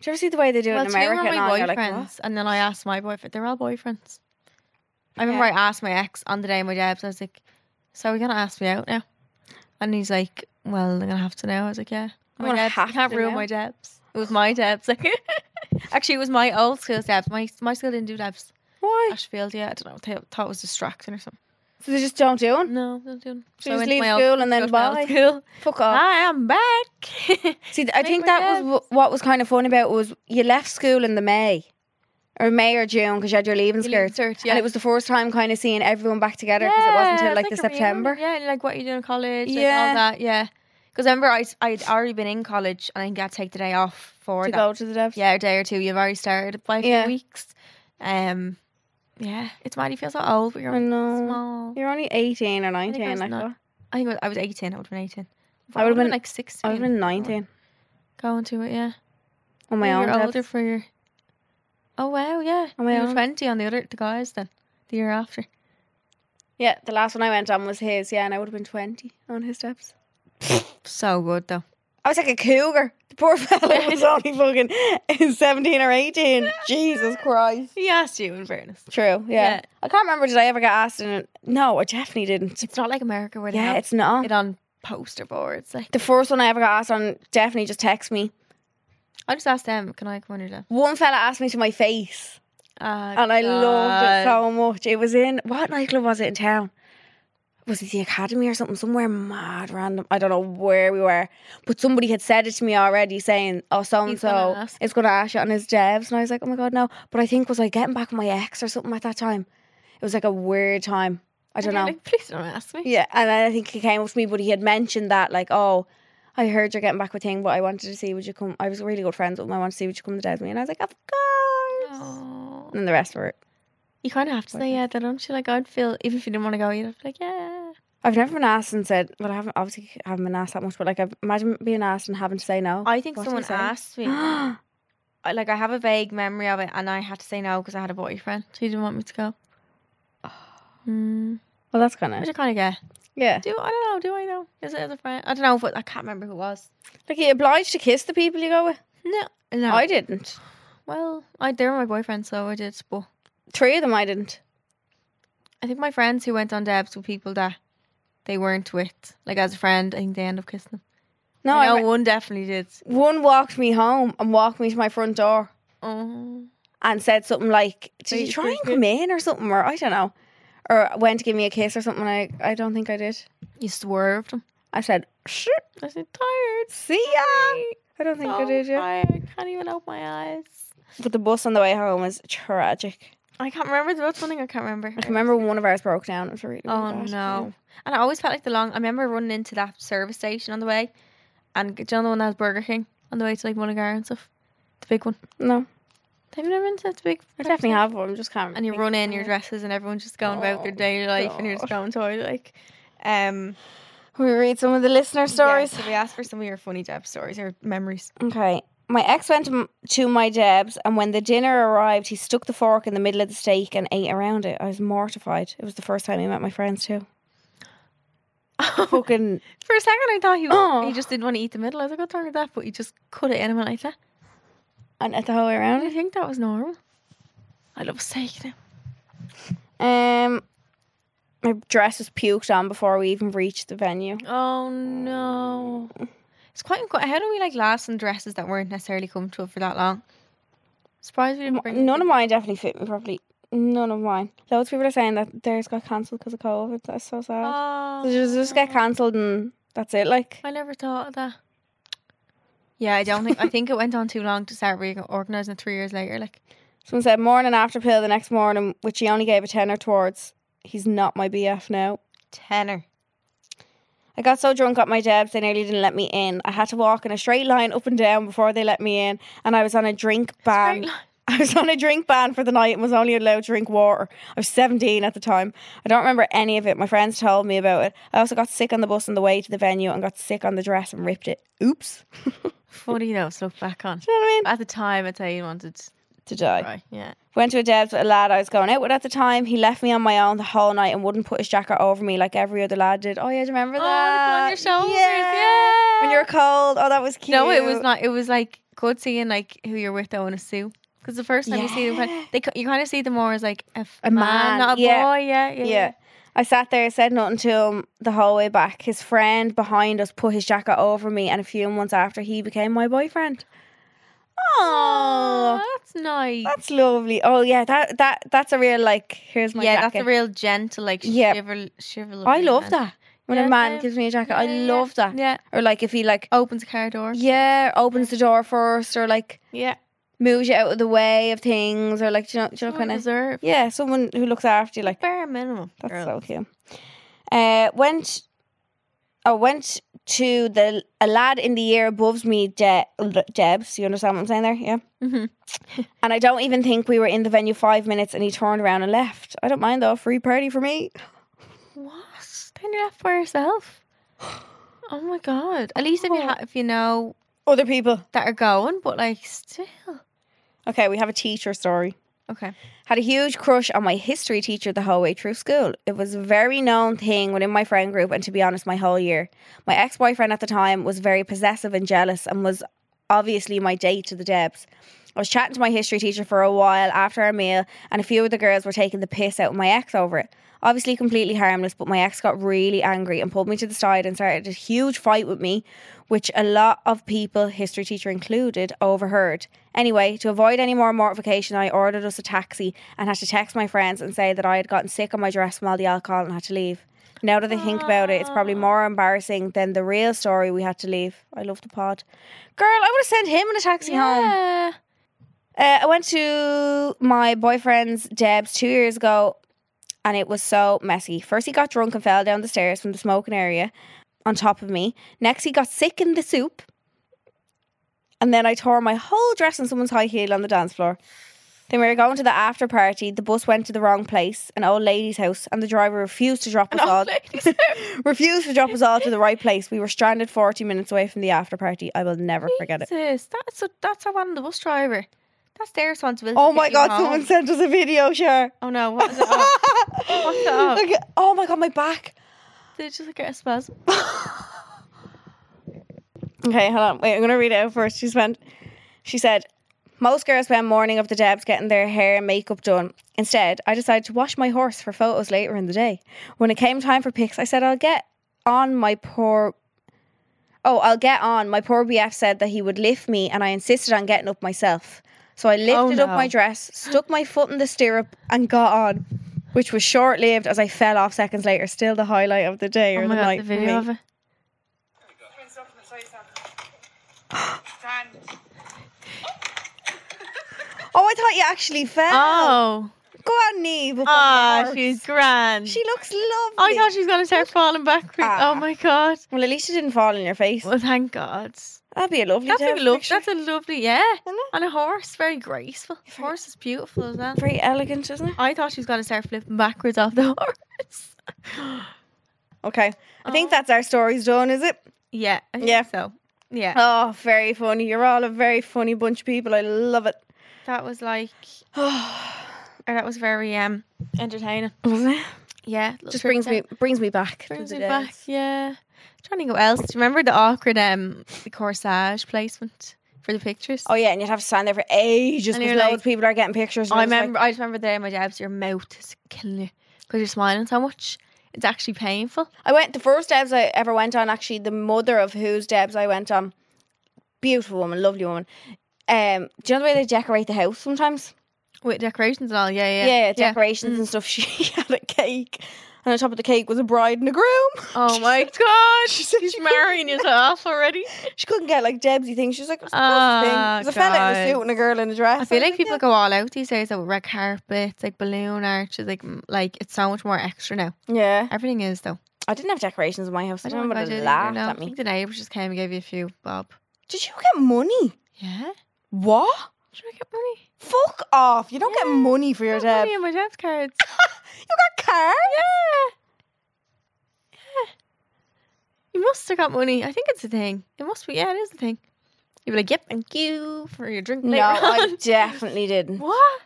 Do you ever see the way they do it well, in two were America? and my all? boyfriends, You're like, what? and then I asked my boyfriend. They're all boyfriends. I remember Yeah. I asked my ex on the day of my debs. I was like, "So we're gonna ask me out now?" And he's like, "Well, I'm gonna have to know." I was like, "Yeah." I'm My gonna debs. have You can't to ruin know. my debs. It was my debs. Like, actually, it was my old school debs. My my school didn't do debs. Why? Ashfield, yeah, I don't know. They thought it was distracting or something. So they just don't do it. No, not doing. So I you just went to leave my old- school and then go to my old bye. School. Fuck off. I am back. See, I Make think my that dad. was wh- what was kind of fun about it was you left school in the May or May or June because you had your leaving Your leaving cert, cert, yeah. and it was the first time kind of seeing everyone back together because it wasn't Yeah, until like it's the a reunion. September. Yeah, like what you do in college, like Yeah. all that. Yeah, because remember I I'd already been in college and I think I'd take the day off for To that. go to the devs. Yeah, a day or two. You've already started by a few Yeah. weeks. Um, yeah, it's mad. You feel so old. But you're I know. small. You're only 18 or think I 19. was like, ni- what? I think I was- I was eighteen. I would have been eighteen. I would've would've been- like sixteen. I was been 19 Going to it, yeah. on my Yeah, own. You're Debs. older for your. Oh wow, yeah. On my you were own. twenty on the other the guys then, the year after. Yeah, the last one I went on was his. Yeah, and I would have been 20 on his steps. So good though. I was like a cougar. The poor fella was only fucking 17 or 18. Jesus Christ. He asked you in fairness. True. Yeah. Yeah. I can't remember. Did I ever get asked? In it? No, I definitely didn't. It's not like America where they Yeah, have it's not. it on poster boards. Like The first one I ever got asked on definitely just text me. I just asked them, "Can I come on your lap?" One fella asked me to my face, Uh, and I loved it so much. It was in what nightclub was it in town? was it the academy or something somewhere mad random i don't know where we were but somebody had said it to me already saying oh so and so gonna ask. is going to ask you on his devs and i was like oh my god no but i think was i getting back with my ex or something at that time it was like a weird time i don't And know you're Like, Please don't ask me. yeah and then i think he came up to me but he had mentioned that like oh i heard you're getting back with thing but i wanted to see would you come i was really good friends with him i wanted to see would you come to devs me and i was like of course Aw. and then the rest were You kind of have to say yeah, though, don't you? Like, I'd feel even if you didn't want to go, you'd have to be like, yeah. I've never been asked and said, well, I haven't obviously haven't been asked that much, but like, I've, imagine being asked and having to say no. I think What do you someone say? asked me. I- like, I have a vague memory of it, and I had to say no because I had a boyfriend who didn't want me to go. Mm, well, that's kind which of I kind of get. yeah. Do I don't know? Do I know? Is it a friend? I don't know, but I can't remember who it was. Like, you obliged to kiss the people you go with. No, no. I didn't. well, I they were my boyfriend, so I did. But Three of them, I didn't. I think my friends who went on debs were people that they weren't with, like as a friend, I think they end up kissing them. No, I know I, one definitely did. one walked me home and walked me to my front door Oh, and said something like, Wait, "Did you try wait, and wait. come in or something?" Or I don't know, or went to give me a kiss or something. I I don't think I did. you swerved them. I said, "Sure, I said tired. see ya." I don't think I so did. Yeah. tired. Oh, I can't even open my eyes. But the bus on the way home was tragic. I can't remember. That's one thing I can't remember. I can remember when one of ours broke down. It was really Oh bad, no! And I always felt like the long. I remember running into that service station on the way, and do you know the one that has Burger King on the way to like Mullingar and stuff, the big one. yeah. No. Have you never been to that big? I definitely have one. just can't. And you think run of in your it. dresses, and everyone's just going about their Oh, daily life, and you're just going to it, like, um. We read some of the listener Stories. stories. so we asked for some of your funny job stories or memories. Okay. My ex went to m- to my Deb's, and when the dinner arrived, he stuck the fork in the middle of the steak and ate around it. I was mortified. It was the first time he met my friends too. For Fucking a second, I thought he Oh. he just didn't want to eat the middle. I was like, "What's wrong with that?" But he just cut it in and went like that. and at the whole way I around. think that was normal. I love steak now. Um, my dress was puked on before we even reached the venue. Oh no. It's quite unco- how do we like last in dresses that weren't necessarily comfortable for that long? Surprised we didn't bring None of mine definitely fit me properly. None of mine. Loads of people are saying that theirs got cancelled because of COVID. That's so sad. Oh, So just, just get cancelled and that's it. Like, I never thought of that. Yeah, I don't think I think it went on too long to start reorganizing it three years later. Like someone said morning after pill the next morning, which he only gave a tenner towards. He's not my BF now. tenor. I got so drunk at my debs they nearly didn't let me in. I had to walk in a straight line up and down before they let me in, and I was on a drink ban. Straight I was on a drink ban for the night and was only allowed to drink water. I was 17 at the time. I don't remember any of it. My friends told me about it. I also got sick on the bus on the way to the venue and got sick on the dress and ripped it. Oops. Do you know what Funny though, to look back on. I mean? At the time I'd say you wanted to To die. cry. Yeah. Went to a debs with a lad I was going out with at the time. He left me on my own the whole night and wouldn't put his jacket over me like every other lad did. Oh yeah, do you remember Oh, that? on your shoulders. Yeah. Yeah. When you were cold. Oh, that was cute. No, it was not. It was like good seeing like who you're with though in a suit. Because the first time you see them, Yeah. kind- they ki- you kind of see them more as like a, f- A man, man, not a yeah. boy. Yeah, yeah. Yeah. I sat there, said nothing to him the whole way back. His friend behind us put his jacket over me, and a few months after, he became my boyfriend. Oh, Oh, that's nice. that's lovely. Oh yeah, that that that's a real like. Here's my yeah, jacket. that's a real gentle like Yeah. shiver, shiver. I love that when Yeah, a man same. gives me a jacket. I Yeah, yeah, love that. Yeah, Or like if he like opens a car door. yeah opens the door first, or like Yeah, moves you out of the way of things, or like do you know, do Oh, you know kind of reserve. yeah, someone who looks after you like. Bare minimum. That's girl. so cute. Uh, went, I went to the a lad in the year above me, De- Debs. You understand what I'm saying there? Yeah. Mhm. And I don't even think we were in the venue five minutes, and he turned around and left. I don't mind though. Free party for me. What? Then you're left by yourself. Oh my god! At least if you Oh. ha- if you know Other people. that are going, but like still. Okay, we have a teacher story. Okay. Had a huge crush on my history teacher the whole way through school. It was a very known thing within my friend group, and to be honest, my whole year. My ex boyfriend at the time was very possessive and jealous and was obviously my date to the Debs. I was chatting to my history teacher for a while after our meal, and a few of the girls were taking the piss out of my ex over it. Obviously, completely harmless, but my ex got really angry and pulled me to the side and started a huge fight with me, which a lot of people, history teacher included, overheard. Anyway, to avoid any more mortification, I ordered us a taxi and had to text my friends and say that I had gotten sick on my dress from all the alcohol and had to leave. Now that I think about it, it's probably more embarrassing than the real story we had to leave. I love the pod. Girl, I would have sent him in a taxi home. Uh, Yeah. I went to my boyfriend's Deb's two years ago, and it was so messy. First, he got drunk and fell down the stairs from the smoking area on top of me. Next, he got sick in the soup. And then I tore my whole dress in someone's high heel on the dance floor. Then we were going to the after party. The bus went to the wrong place, an old lady's house, and the driver refused to drop us all. refused to drop us all to the right place. We were stranded 40 minutes away from the after party. I will never forget it. Jesus, that's a, that's a one the bus driver. That's their responsibility. Oh to my get you god, home. someone sent us a video, share. Oh no, what is it? Oh, What's up? Look at- oh my god, my back. did it just get a spasm? Okay, hold on. Wait, I'm gonna read it out first. She spent she said, Most girls spend morning of the debs getting their hair and makeup done. Instead, I decided to wash my horse for photos later in the day. When it came time for pics, I said I'll get on my poor Oh, I'll get on. My poor BF said that he would lift me and I insisted on getting up myself. So I lifted up Oh, no. my dress, stuck my foot in the stirrup and got on. Which was short lived as I fell off seconds later, still the highlight of the day or Oh my the god, night. the for video me. of it. Oh, I thought you actually fell. Oh, Go on, Neve. up on the oh, horse. she's grand. Oh She looks lovely. I thought she was gonna start falling backwards. Ah. Oh my god. Well, at least she didn't fall on your face. Well, thank God. That'd be a lovely That's day a for lovely. picture. That's a lovely. Yeah, Isn't it? and a horse, very graceful. Horse is beautiful as well. Very elegant, isn't it? I thought she was gonna start flipping backwards off the horse. Okay. I think Oh. that's our story's done, is it? Yeah. I think Yeah. So. Yeah. Oh, very funny. You're all a very funny bunch of people. I love it. That was like, or that was very um entertaining. Wasn't it? Yeah. little Just trip brings down- me brings me back. to brings the me days. back. Yeah. trying to think what else. Do you remember the awkward um the corsage placement for the pictures? Oh yeah, and you'd have to stand there for ages And because you're like- loads of people are getting pictures. and I it's like- remember. I just remember the day my jabs. Your mouth is killing you because you're smiling so much. It's actually painful. I went the first Debs I ever went on. Actually, the mother of whose Debs I went on, beautiful woman, lovely woman. Um, do you know the way they decorate the house sometimes? With decorations and all, yeah, yeah, Mm-hmm. Yeah, decorations and stuff. She had a cake, and on top of the cake was a bride and a groom. Oh my god, She she's said she marrying yourself already. She couldn't get like Debsy things. She was like, "What's Ah, the thing?" There's a fella in a God. suit and a girl in a dress. I feel was like people "Yeah." go all out these days, though, with red carpets, like balloon arches, like m- like it's so much more extra now. Yeah, Everything is though. I didn't have decorations in my house. I don't know know if what did either, laughed no. at I me. think the neighbours just came and gave you a few bob. Did you get money? Yeah, What? should I get money? Fuck off! You don't get money for your I got Debs. money You on my deb's cards. got cards. Yeah. You must have got money. I think it's a thing. It must be. Yeah, it is a thing. You'd be like, yep, thank you for your drink. No, later I on." definitely didn't. What?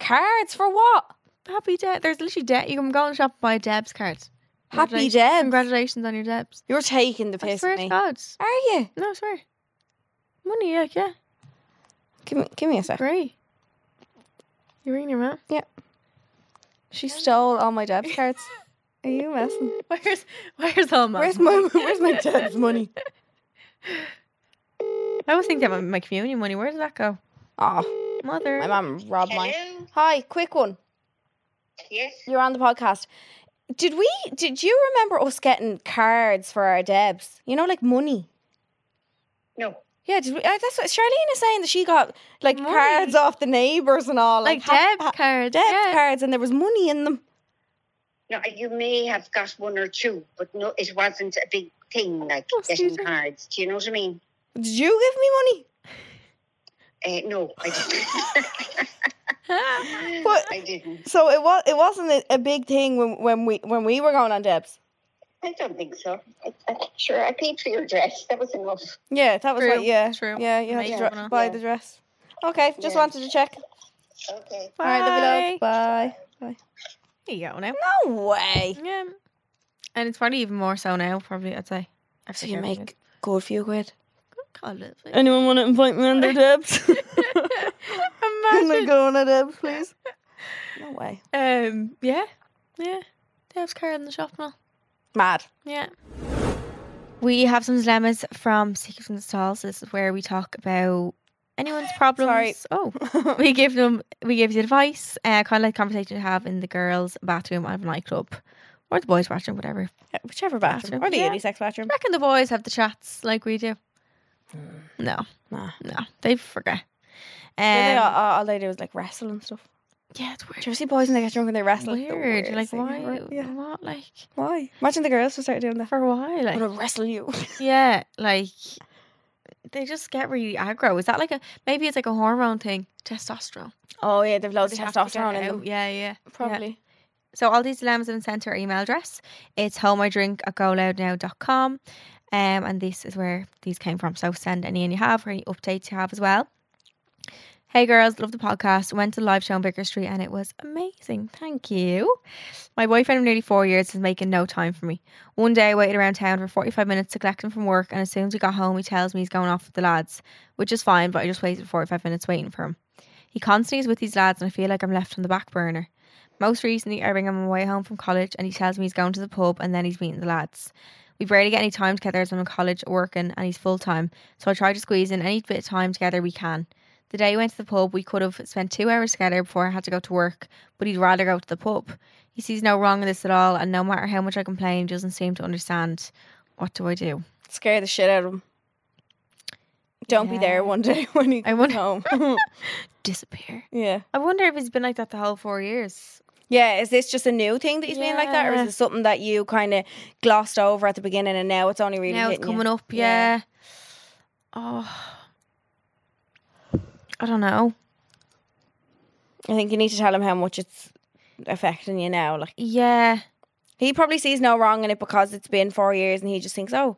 Cards for what? Happy debt. There's literally debt. You can go and shop and buy Deb's cards. Happy Congratulations- Deb. Congratulations on your Debs. You're taking the I piss swear at to me. God. Are you? No, I swear. Money, yeah, yeah. Give me, give me a sec. Great. You ringing your mouth? She stole all my Deb's cards. Are you messing? Where's Where's all my? Where's my Where's my Deb's money? I was thinking about my communion money. Where did that go? Oh, Mother. my mum robbed mine. Hello. Hi, quick one. Yes. You're on the podcast. Did we? Did you remember us getting cards for our Debs? You know, like money. No. Yeah, did we, uh, that's what Charlene is saying that she got like Money. cards off the neighbors and all, like ha- Deb's ha- cards. Deb's yeah. cards, and there was money in them. No, you may have got one or two, but no, it wasn't a big thing like Oh, getting Susan. cards. Do you know what I mean? Did you give me money? Uh, no, I didn't. What? I didn't. So it was it wasn't a, a big thing when, when we when we were going on Debs. I don't think so. I, I'm sure I paid for your dress. That was enough. Yeah, that was True, what. Yeah, true. Yeah, you had Amazing. to dre- Yeah. buy the dress. Okay, just Yeah. wanted to check. Okay. Bye. All right, love you, love. Bye. There you go now. No way. Yeah. And it's probably even more so now. Probably, I'd say. So you make good few quid. Colin. Anyone want to invite me on their dibs? Can I Oh Imagine. go on a dibs, please? No way. Um, yeah, yeah. Dev's car in the shop now. Mad. Yeah. We have some dilemmas from Secret from the Stalls. This is where we talk about anyone's problems. Oh, we give them, we give you advice, uh, kind of like conversation you have in the girls' bathroom of a nightclub or the boys' bathroom, whatever. I Whichever bathroom. Bathroom, Or the yeah. unisex bathroom. reckon the boys have the chats like we do. No, Nah. no, they forget. Yeah, they all, Um, all all they do is like wrestle and stuff. yeah, it's weird. Do you ever see boys when they get drunk and they wrestle? It's the Weird. weirdest You're Like, thing why? ever. Yeah. What? Like, Why? Imagine the girls who start doing that. for a while. Like, I'm gonna wrestle you. Yeah, like they just get really aggro. Is that like a maybe it's like a hormone thing? Testosterone. Oh yeah, they've loads They of have to get testosterone in out. them. Yeah, yeah. Probably. So all these dilemmas have been sent to our email address. It's homeidrink at goloudnow.com. Um, and this is where these came from. So send any in you have or any updates you have as well. Hey girls, love the podcast. Went to the live show in Baker Street and it was amazing. Thank you. My boyfriend of nearly four years is making no time for me. One day I waited around town for 45 minutes to collect him from work and as soon as we got home he tells me he's going off with the lads, which is fine, but I just waited 45 minutes waiting for him. He constantly is with these lads and I feel like I'm left on the back burner. Most recently, I bring him away home from college and he tells me he's going to the pub and then he's meeting the lads. We barely get any time together as I'm in college working and he's full time, so I try to squeeze in any bit of time together we can. The day we went to the pub, we could have spent two hours together before I had to go to work, but he'd rather go to the pub. He sees no wrong in this at all, and no matter how much I complain, doesn't seem to understand. What do I do? Scare the shit out of him. Don't be Yeah. there one day when he I comes wonder- home. Disappear. yeah. I wonder if he's been like that the whole four years. Yeah, is this just a new thing that he's being like that, or Yeah. is it something that you kind of glossed over at the beginning and now it's only really now it's hitting you? coming up, Yeah. yeah. Oh, I don't know. I think you need to tell him how much it's affecting you now. Like Yeah, he probably sees no wrong in it because it's been four years, and he just thinks, oh,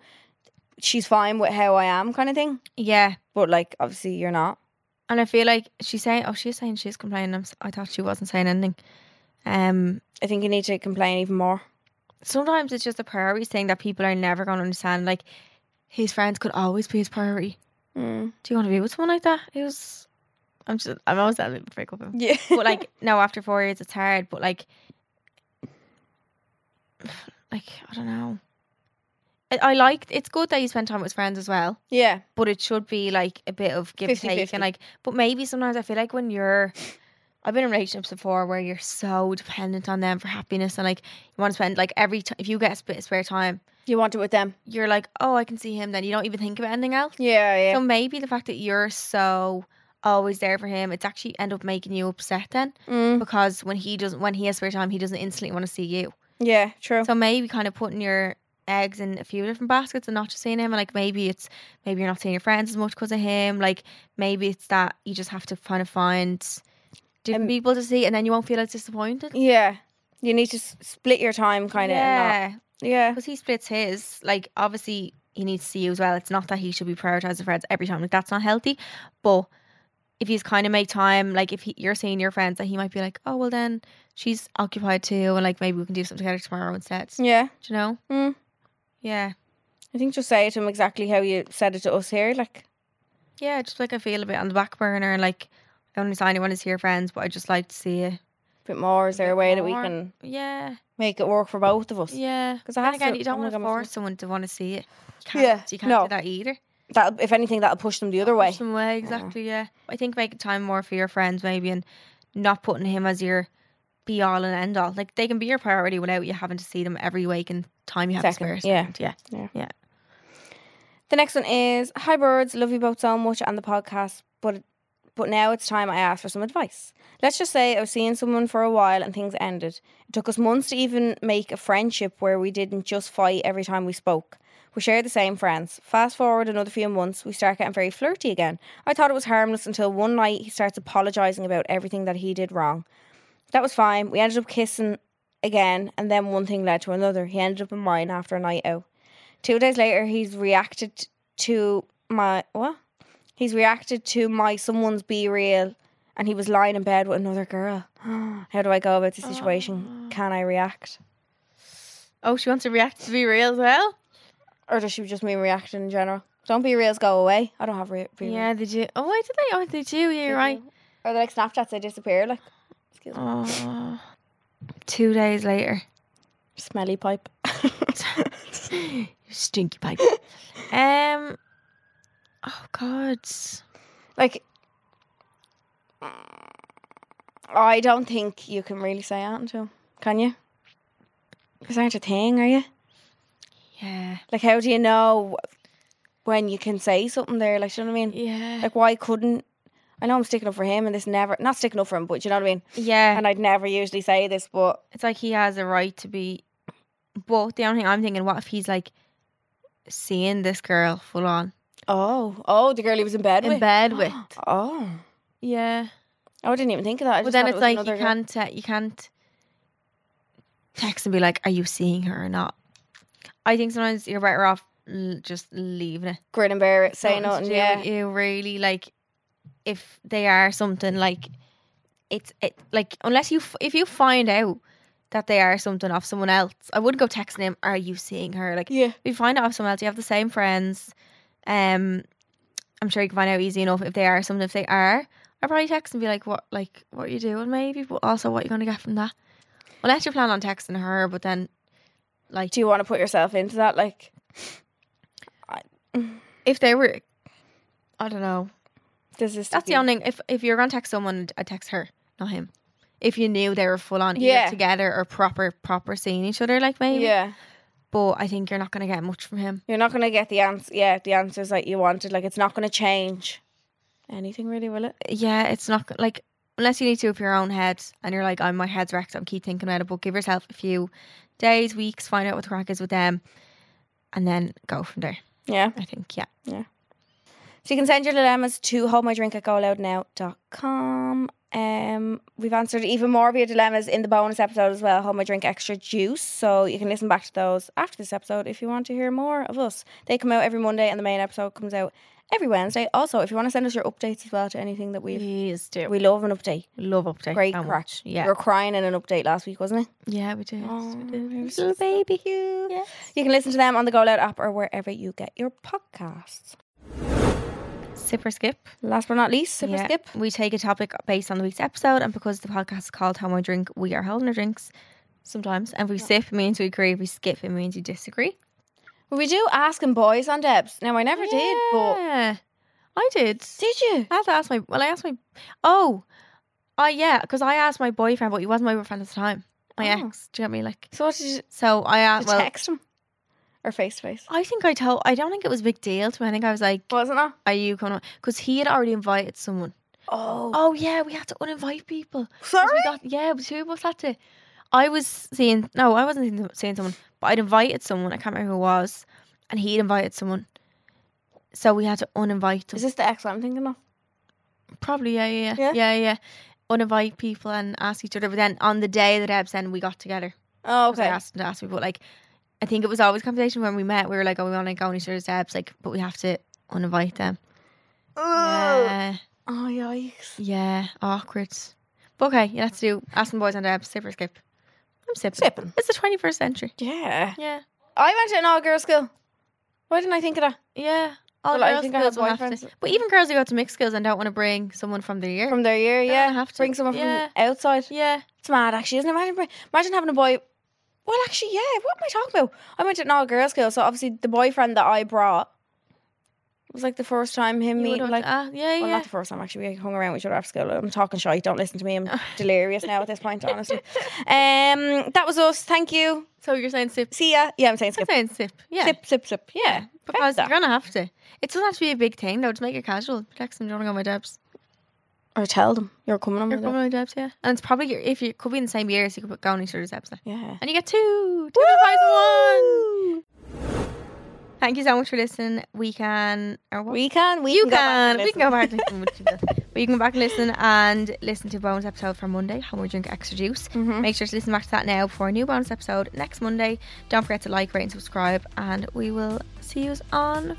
she's fine with how I am, kind of thing. yeah. But like, obviously, you're not. And I feel like she's saying, oh, she's saying she's complaining. I'm, si thought she wasn't saying anything. Um, I think you need to complain even more. sometimes it's just a priority thing that people are never going to understand. Like his friends could always be his priority. Mm. Do you want to be with someone like that? It was. I'm just. I'm always that little break up. with him. Yeah, But like no, after four years, it's hard. But like, like I don't know. I, I liked. It's good that you spend time with friends as well. yeah, but it should be like a bit of give and take 50-50. and like but maybe sometimes i feel like when you're i've been in relationships before where you're so dependent on them for happiness and like you want to spend like every time if you get a bit of spare time you want it with them. you're like oh i can see him then you don't even think about anything else Yeah, yeah. so maybe the fact that you're so always there for him it's actually end up making you upset then Mm. because when he doesn't when he has spare time he doesn't instantly want to see you Yeah, true. so maybe kind of putting your eggs in a few different baskets and not just seeing him. And like maybe it's maybe you're not seeing your friends as much because of him. Like maybe it's that you just have to kind of find different Um, people to see, and then you won't feel as disappointed. yeah, you need to s- split your time, kind of. Yeah. yeah, yeah, because he splits his. Like obviously he needs to see you as well. It's not that he should be prioritizing friends every time. Like that's not healthy, but. If he's kind of make time, like if he, you're seeing your friends, that he might be like, oh well, then she's occupied too, and like maybe we can do something together tomorrow instead. yeah. Do you know? Mm. Yeah. I think just say to him exactly how you said it to us here. Like, Yeah, just like I feel a bit on the back burner. Like I understand anyone is here, friends, but I just like to see it. a bit more. Is there a Bit way that we more. can Yeah, make it work for both of us? yeah. 'Cause I then have again, to- you don't oh my want to God, my force foot. someone to want to see it. You can't, Yeah, you can't no. do that either. That, if anything, that'll push them the other way. Push them away, Mm-hmm. exactly. Yeah, I think making time more for your friends maybe, and not putting him as your be all and end all. Like they can be your priority without you having to see them every waking time you have Second, to spare. yeah. second, yeah. The next one is Hi birds, love you both so much and the podcast, but but now it's time I ask for some advice. Let's just say I was seeing someone for a while and things ended. It took us months to even make a friendship where we didn't just fight every time we spoke. We share the same friends. Fast forward another few months, we start getting very flirty again. I thought it was harmless until one night he starts apologizing about everything that he did wrong. That was fine. We ended up kissing again, and then one thing led to another. He ended up in mine after a night out. Two days later, he's reacted to my what? He's reacted to my someone's be real, and he was lying in bed with another girl. How do I go about this situation? Can I react, Oh, she wants to react to be real as well. or does she just mean reacting in general? Don't be reels go away. I don't have re- be Yeah, they do. Oh, why did they? Oh, they do. Yeah, you're right. Or they're like Snapchats, they disappear. Like, excuse me. Oh, Two days later, smelly pipe. you stinky pipe. um. Oh God. Like, I don't think you can really say aunt to him, can you? Because aren't a thing, are you? Yeah. Like, how do you know when you can say something there? Like, do you know what Mm. I mean? Yeah. Like, why couldn't? I know I'm sticking up for him, and this never not sticking up for him, but do you know what I mean. Yeah. And I'd never usually say this, but it's like he has a right to be. But the only thing I'm thinking, what if he's like seeing this girl full on oh, oh, the girl he was in bed in with. bed with? Oh, yeah. I didn't even think of that. I just But then thought it it's was like you another girl. can't uh, you can't text and be like, "Are you seeing her or not?" I think sometimes you're better off l- just leaving it. grin and bear it, say Nothing nothing. to Yeah, do. You really like if they are something like it's it like unless you f- if you find out that they are something off someone else, I wouldn't go texting him. Are you seeing her? Like yeah. if you find out off someone else, you have the same friends. Um, I'm sure you can find out easy enough if they are something. If they are, I'd probably text and be like, "What, like, what are you doing?" Maybe, but also, what are you going to get from that? Unless you plan on texting her, but then, like, Do you want to put yourself into that? Like, if they were, I don't know. does this? That's the only thing. If if you're going to text someone, I text her, not him. If you knew they were full on Yeah. either together or proper proper seeing each other, like maybe. Yeah, But I think you're not going to get much from him. you're not gonna get the answer. Yeah, the answers like you wanted. Like, it's not gonna change anything really, will it? yeah, it's not go- like unless you need to of your own head and you're like, oh, my head's wrecked, I'm keep thinking about it. But give yourself a few days, weeks, find out what the crack is with them, and then go from there. Yeah. I think, yeah. So you can send your dilemmas to holdmydrink at goloudnow.com. Um, we've answered even more of your dilemmas in the bonus episode as well, Hold My Drink Extra Juice. So you can listen back to those after this episode if you want to hear more of us. They come out every Monday and the main episode comes out every Wednesday. Also, if you want to send us your updates as well to anything that we've... Please do. We love an update. love update. Great so crack. much. Yeah. We were crying in an update last week, wasn't it? yeah, we do. Oh, We do. you're Little baby. Yeah. You can listen to them on the Go Loud app or wherever you get your podcasts. Sip or skip. Last but not least, Sip or Yeah. Skip. We take a topic based on the week's episode, and because the podcast is called How I Drink, we are holding our drinks sometimes. And if we sip, it means we agree. If we skip, it means we disagree. We do asking boys on Debs. Now, I never did, but... Yeah. I did. Did you? I had to ask my. Well, I asked my. Oh, oh yeah, because I asked my boyfriend, but he wasn't my boyfriend at the time. My Oh. ex. Do you know what I mean? Like, So what did you so I asked. to Uh, Well, text him or face to face? I think I told. I don't think it was a big deal to me. I think I was like, Wasn't I? "Are you coming?" Because he had already invited someone. Oh, Oh yeah, we had to uninvite people. 'Cause sorry. We got, yeah, the two of us had to. I was seeing. No, I wasn't seeing, seeing someone, but I'd invited someone. I can't remember who it was, and he'd invited someone. So we had to uninvite them. Is this the ex I'm thinking of? Oh, Probably, yeah, yeah, Yeah? yeah, yeah, yeah. Uninvite people and ask each other. But then on the day that Ebs then we got together. Oh, 'Cause I asked them to ask me, but like, I think it was always a conversation when we met. We were like, oh, we want to go on each other's Ebs, like, but we have to uninvite them. Yeah, Oh, yikes. yeah, awkward. But okay, yeah, let's do asking boys on Ebs, sip or skip. I'm sipping. Sipping. It's the 21st century. Yeah. Yeah, I went to an all girl school. Why didn't I think of that? yeah. All Well, I girls think I had schools will have to. boyfriends. But even girls who go to mixed schools and don't want to bring someone from their year. From their year, yeah. have to. Bring someone Yeah. from outside. yeah. It's mad, actually, isn't it? Imagine, bring- imagine having a boy. Well, actually, yeah. What am I talking about? I went to an all girl school, so obviously the boyfriend that I brought was like the first time him You meeting would've- like ah, yeah, Well, yeah. not the first time actually. We hung around with each other after school. I'm talking shy. Don't listen to me. I'm delirious now at this point, honestly. Um, that was us. Thank you. So you're saying sip See ya. Yeah, I'm saying I'm skip, saying sip. Yeah. sip, sip, sip. Yeah, Because Festa. you're gonna have to. It doesn't have to be a big thing though. Just make it casual. Text them, do you want to go on my debs? Or tell them you're coming on. You're with going it. on my debs, yeah. And it's probably your, if you could be in the same year, so you could go on each other's debs. then. Yeah. And you get two, two for one. Thank you so much for listening. We can or what? We can. We you can. can. We can go back and listen. which you will. but you can go back and listen and listen to bonus episode from Monday. How we drink extra juice. Mm-hmm. Make sure to listen back to that now for a new bonus episode next Monday. Don't forget to like, rate, and subscribe. And we will see you on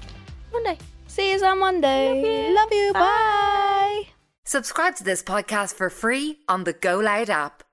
Monday. See you on Monday. Love you. Bye. Subscribe to this podcast for free on the Go Loud app.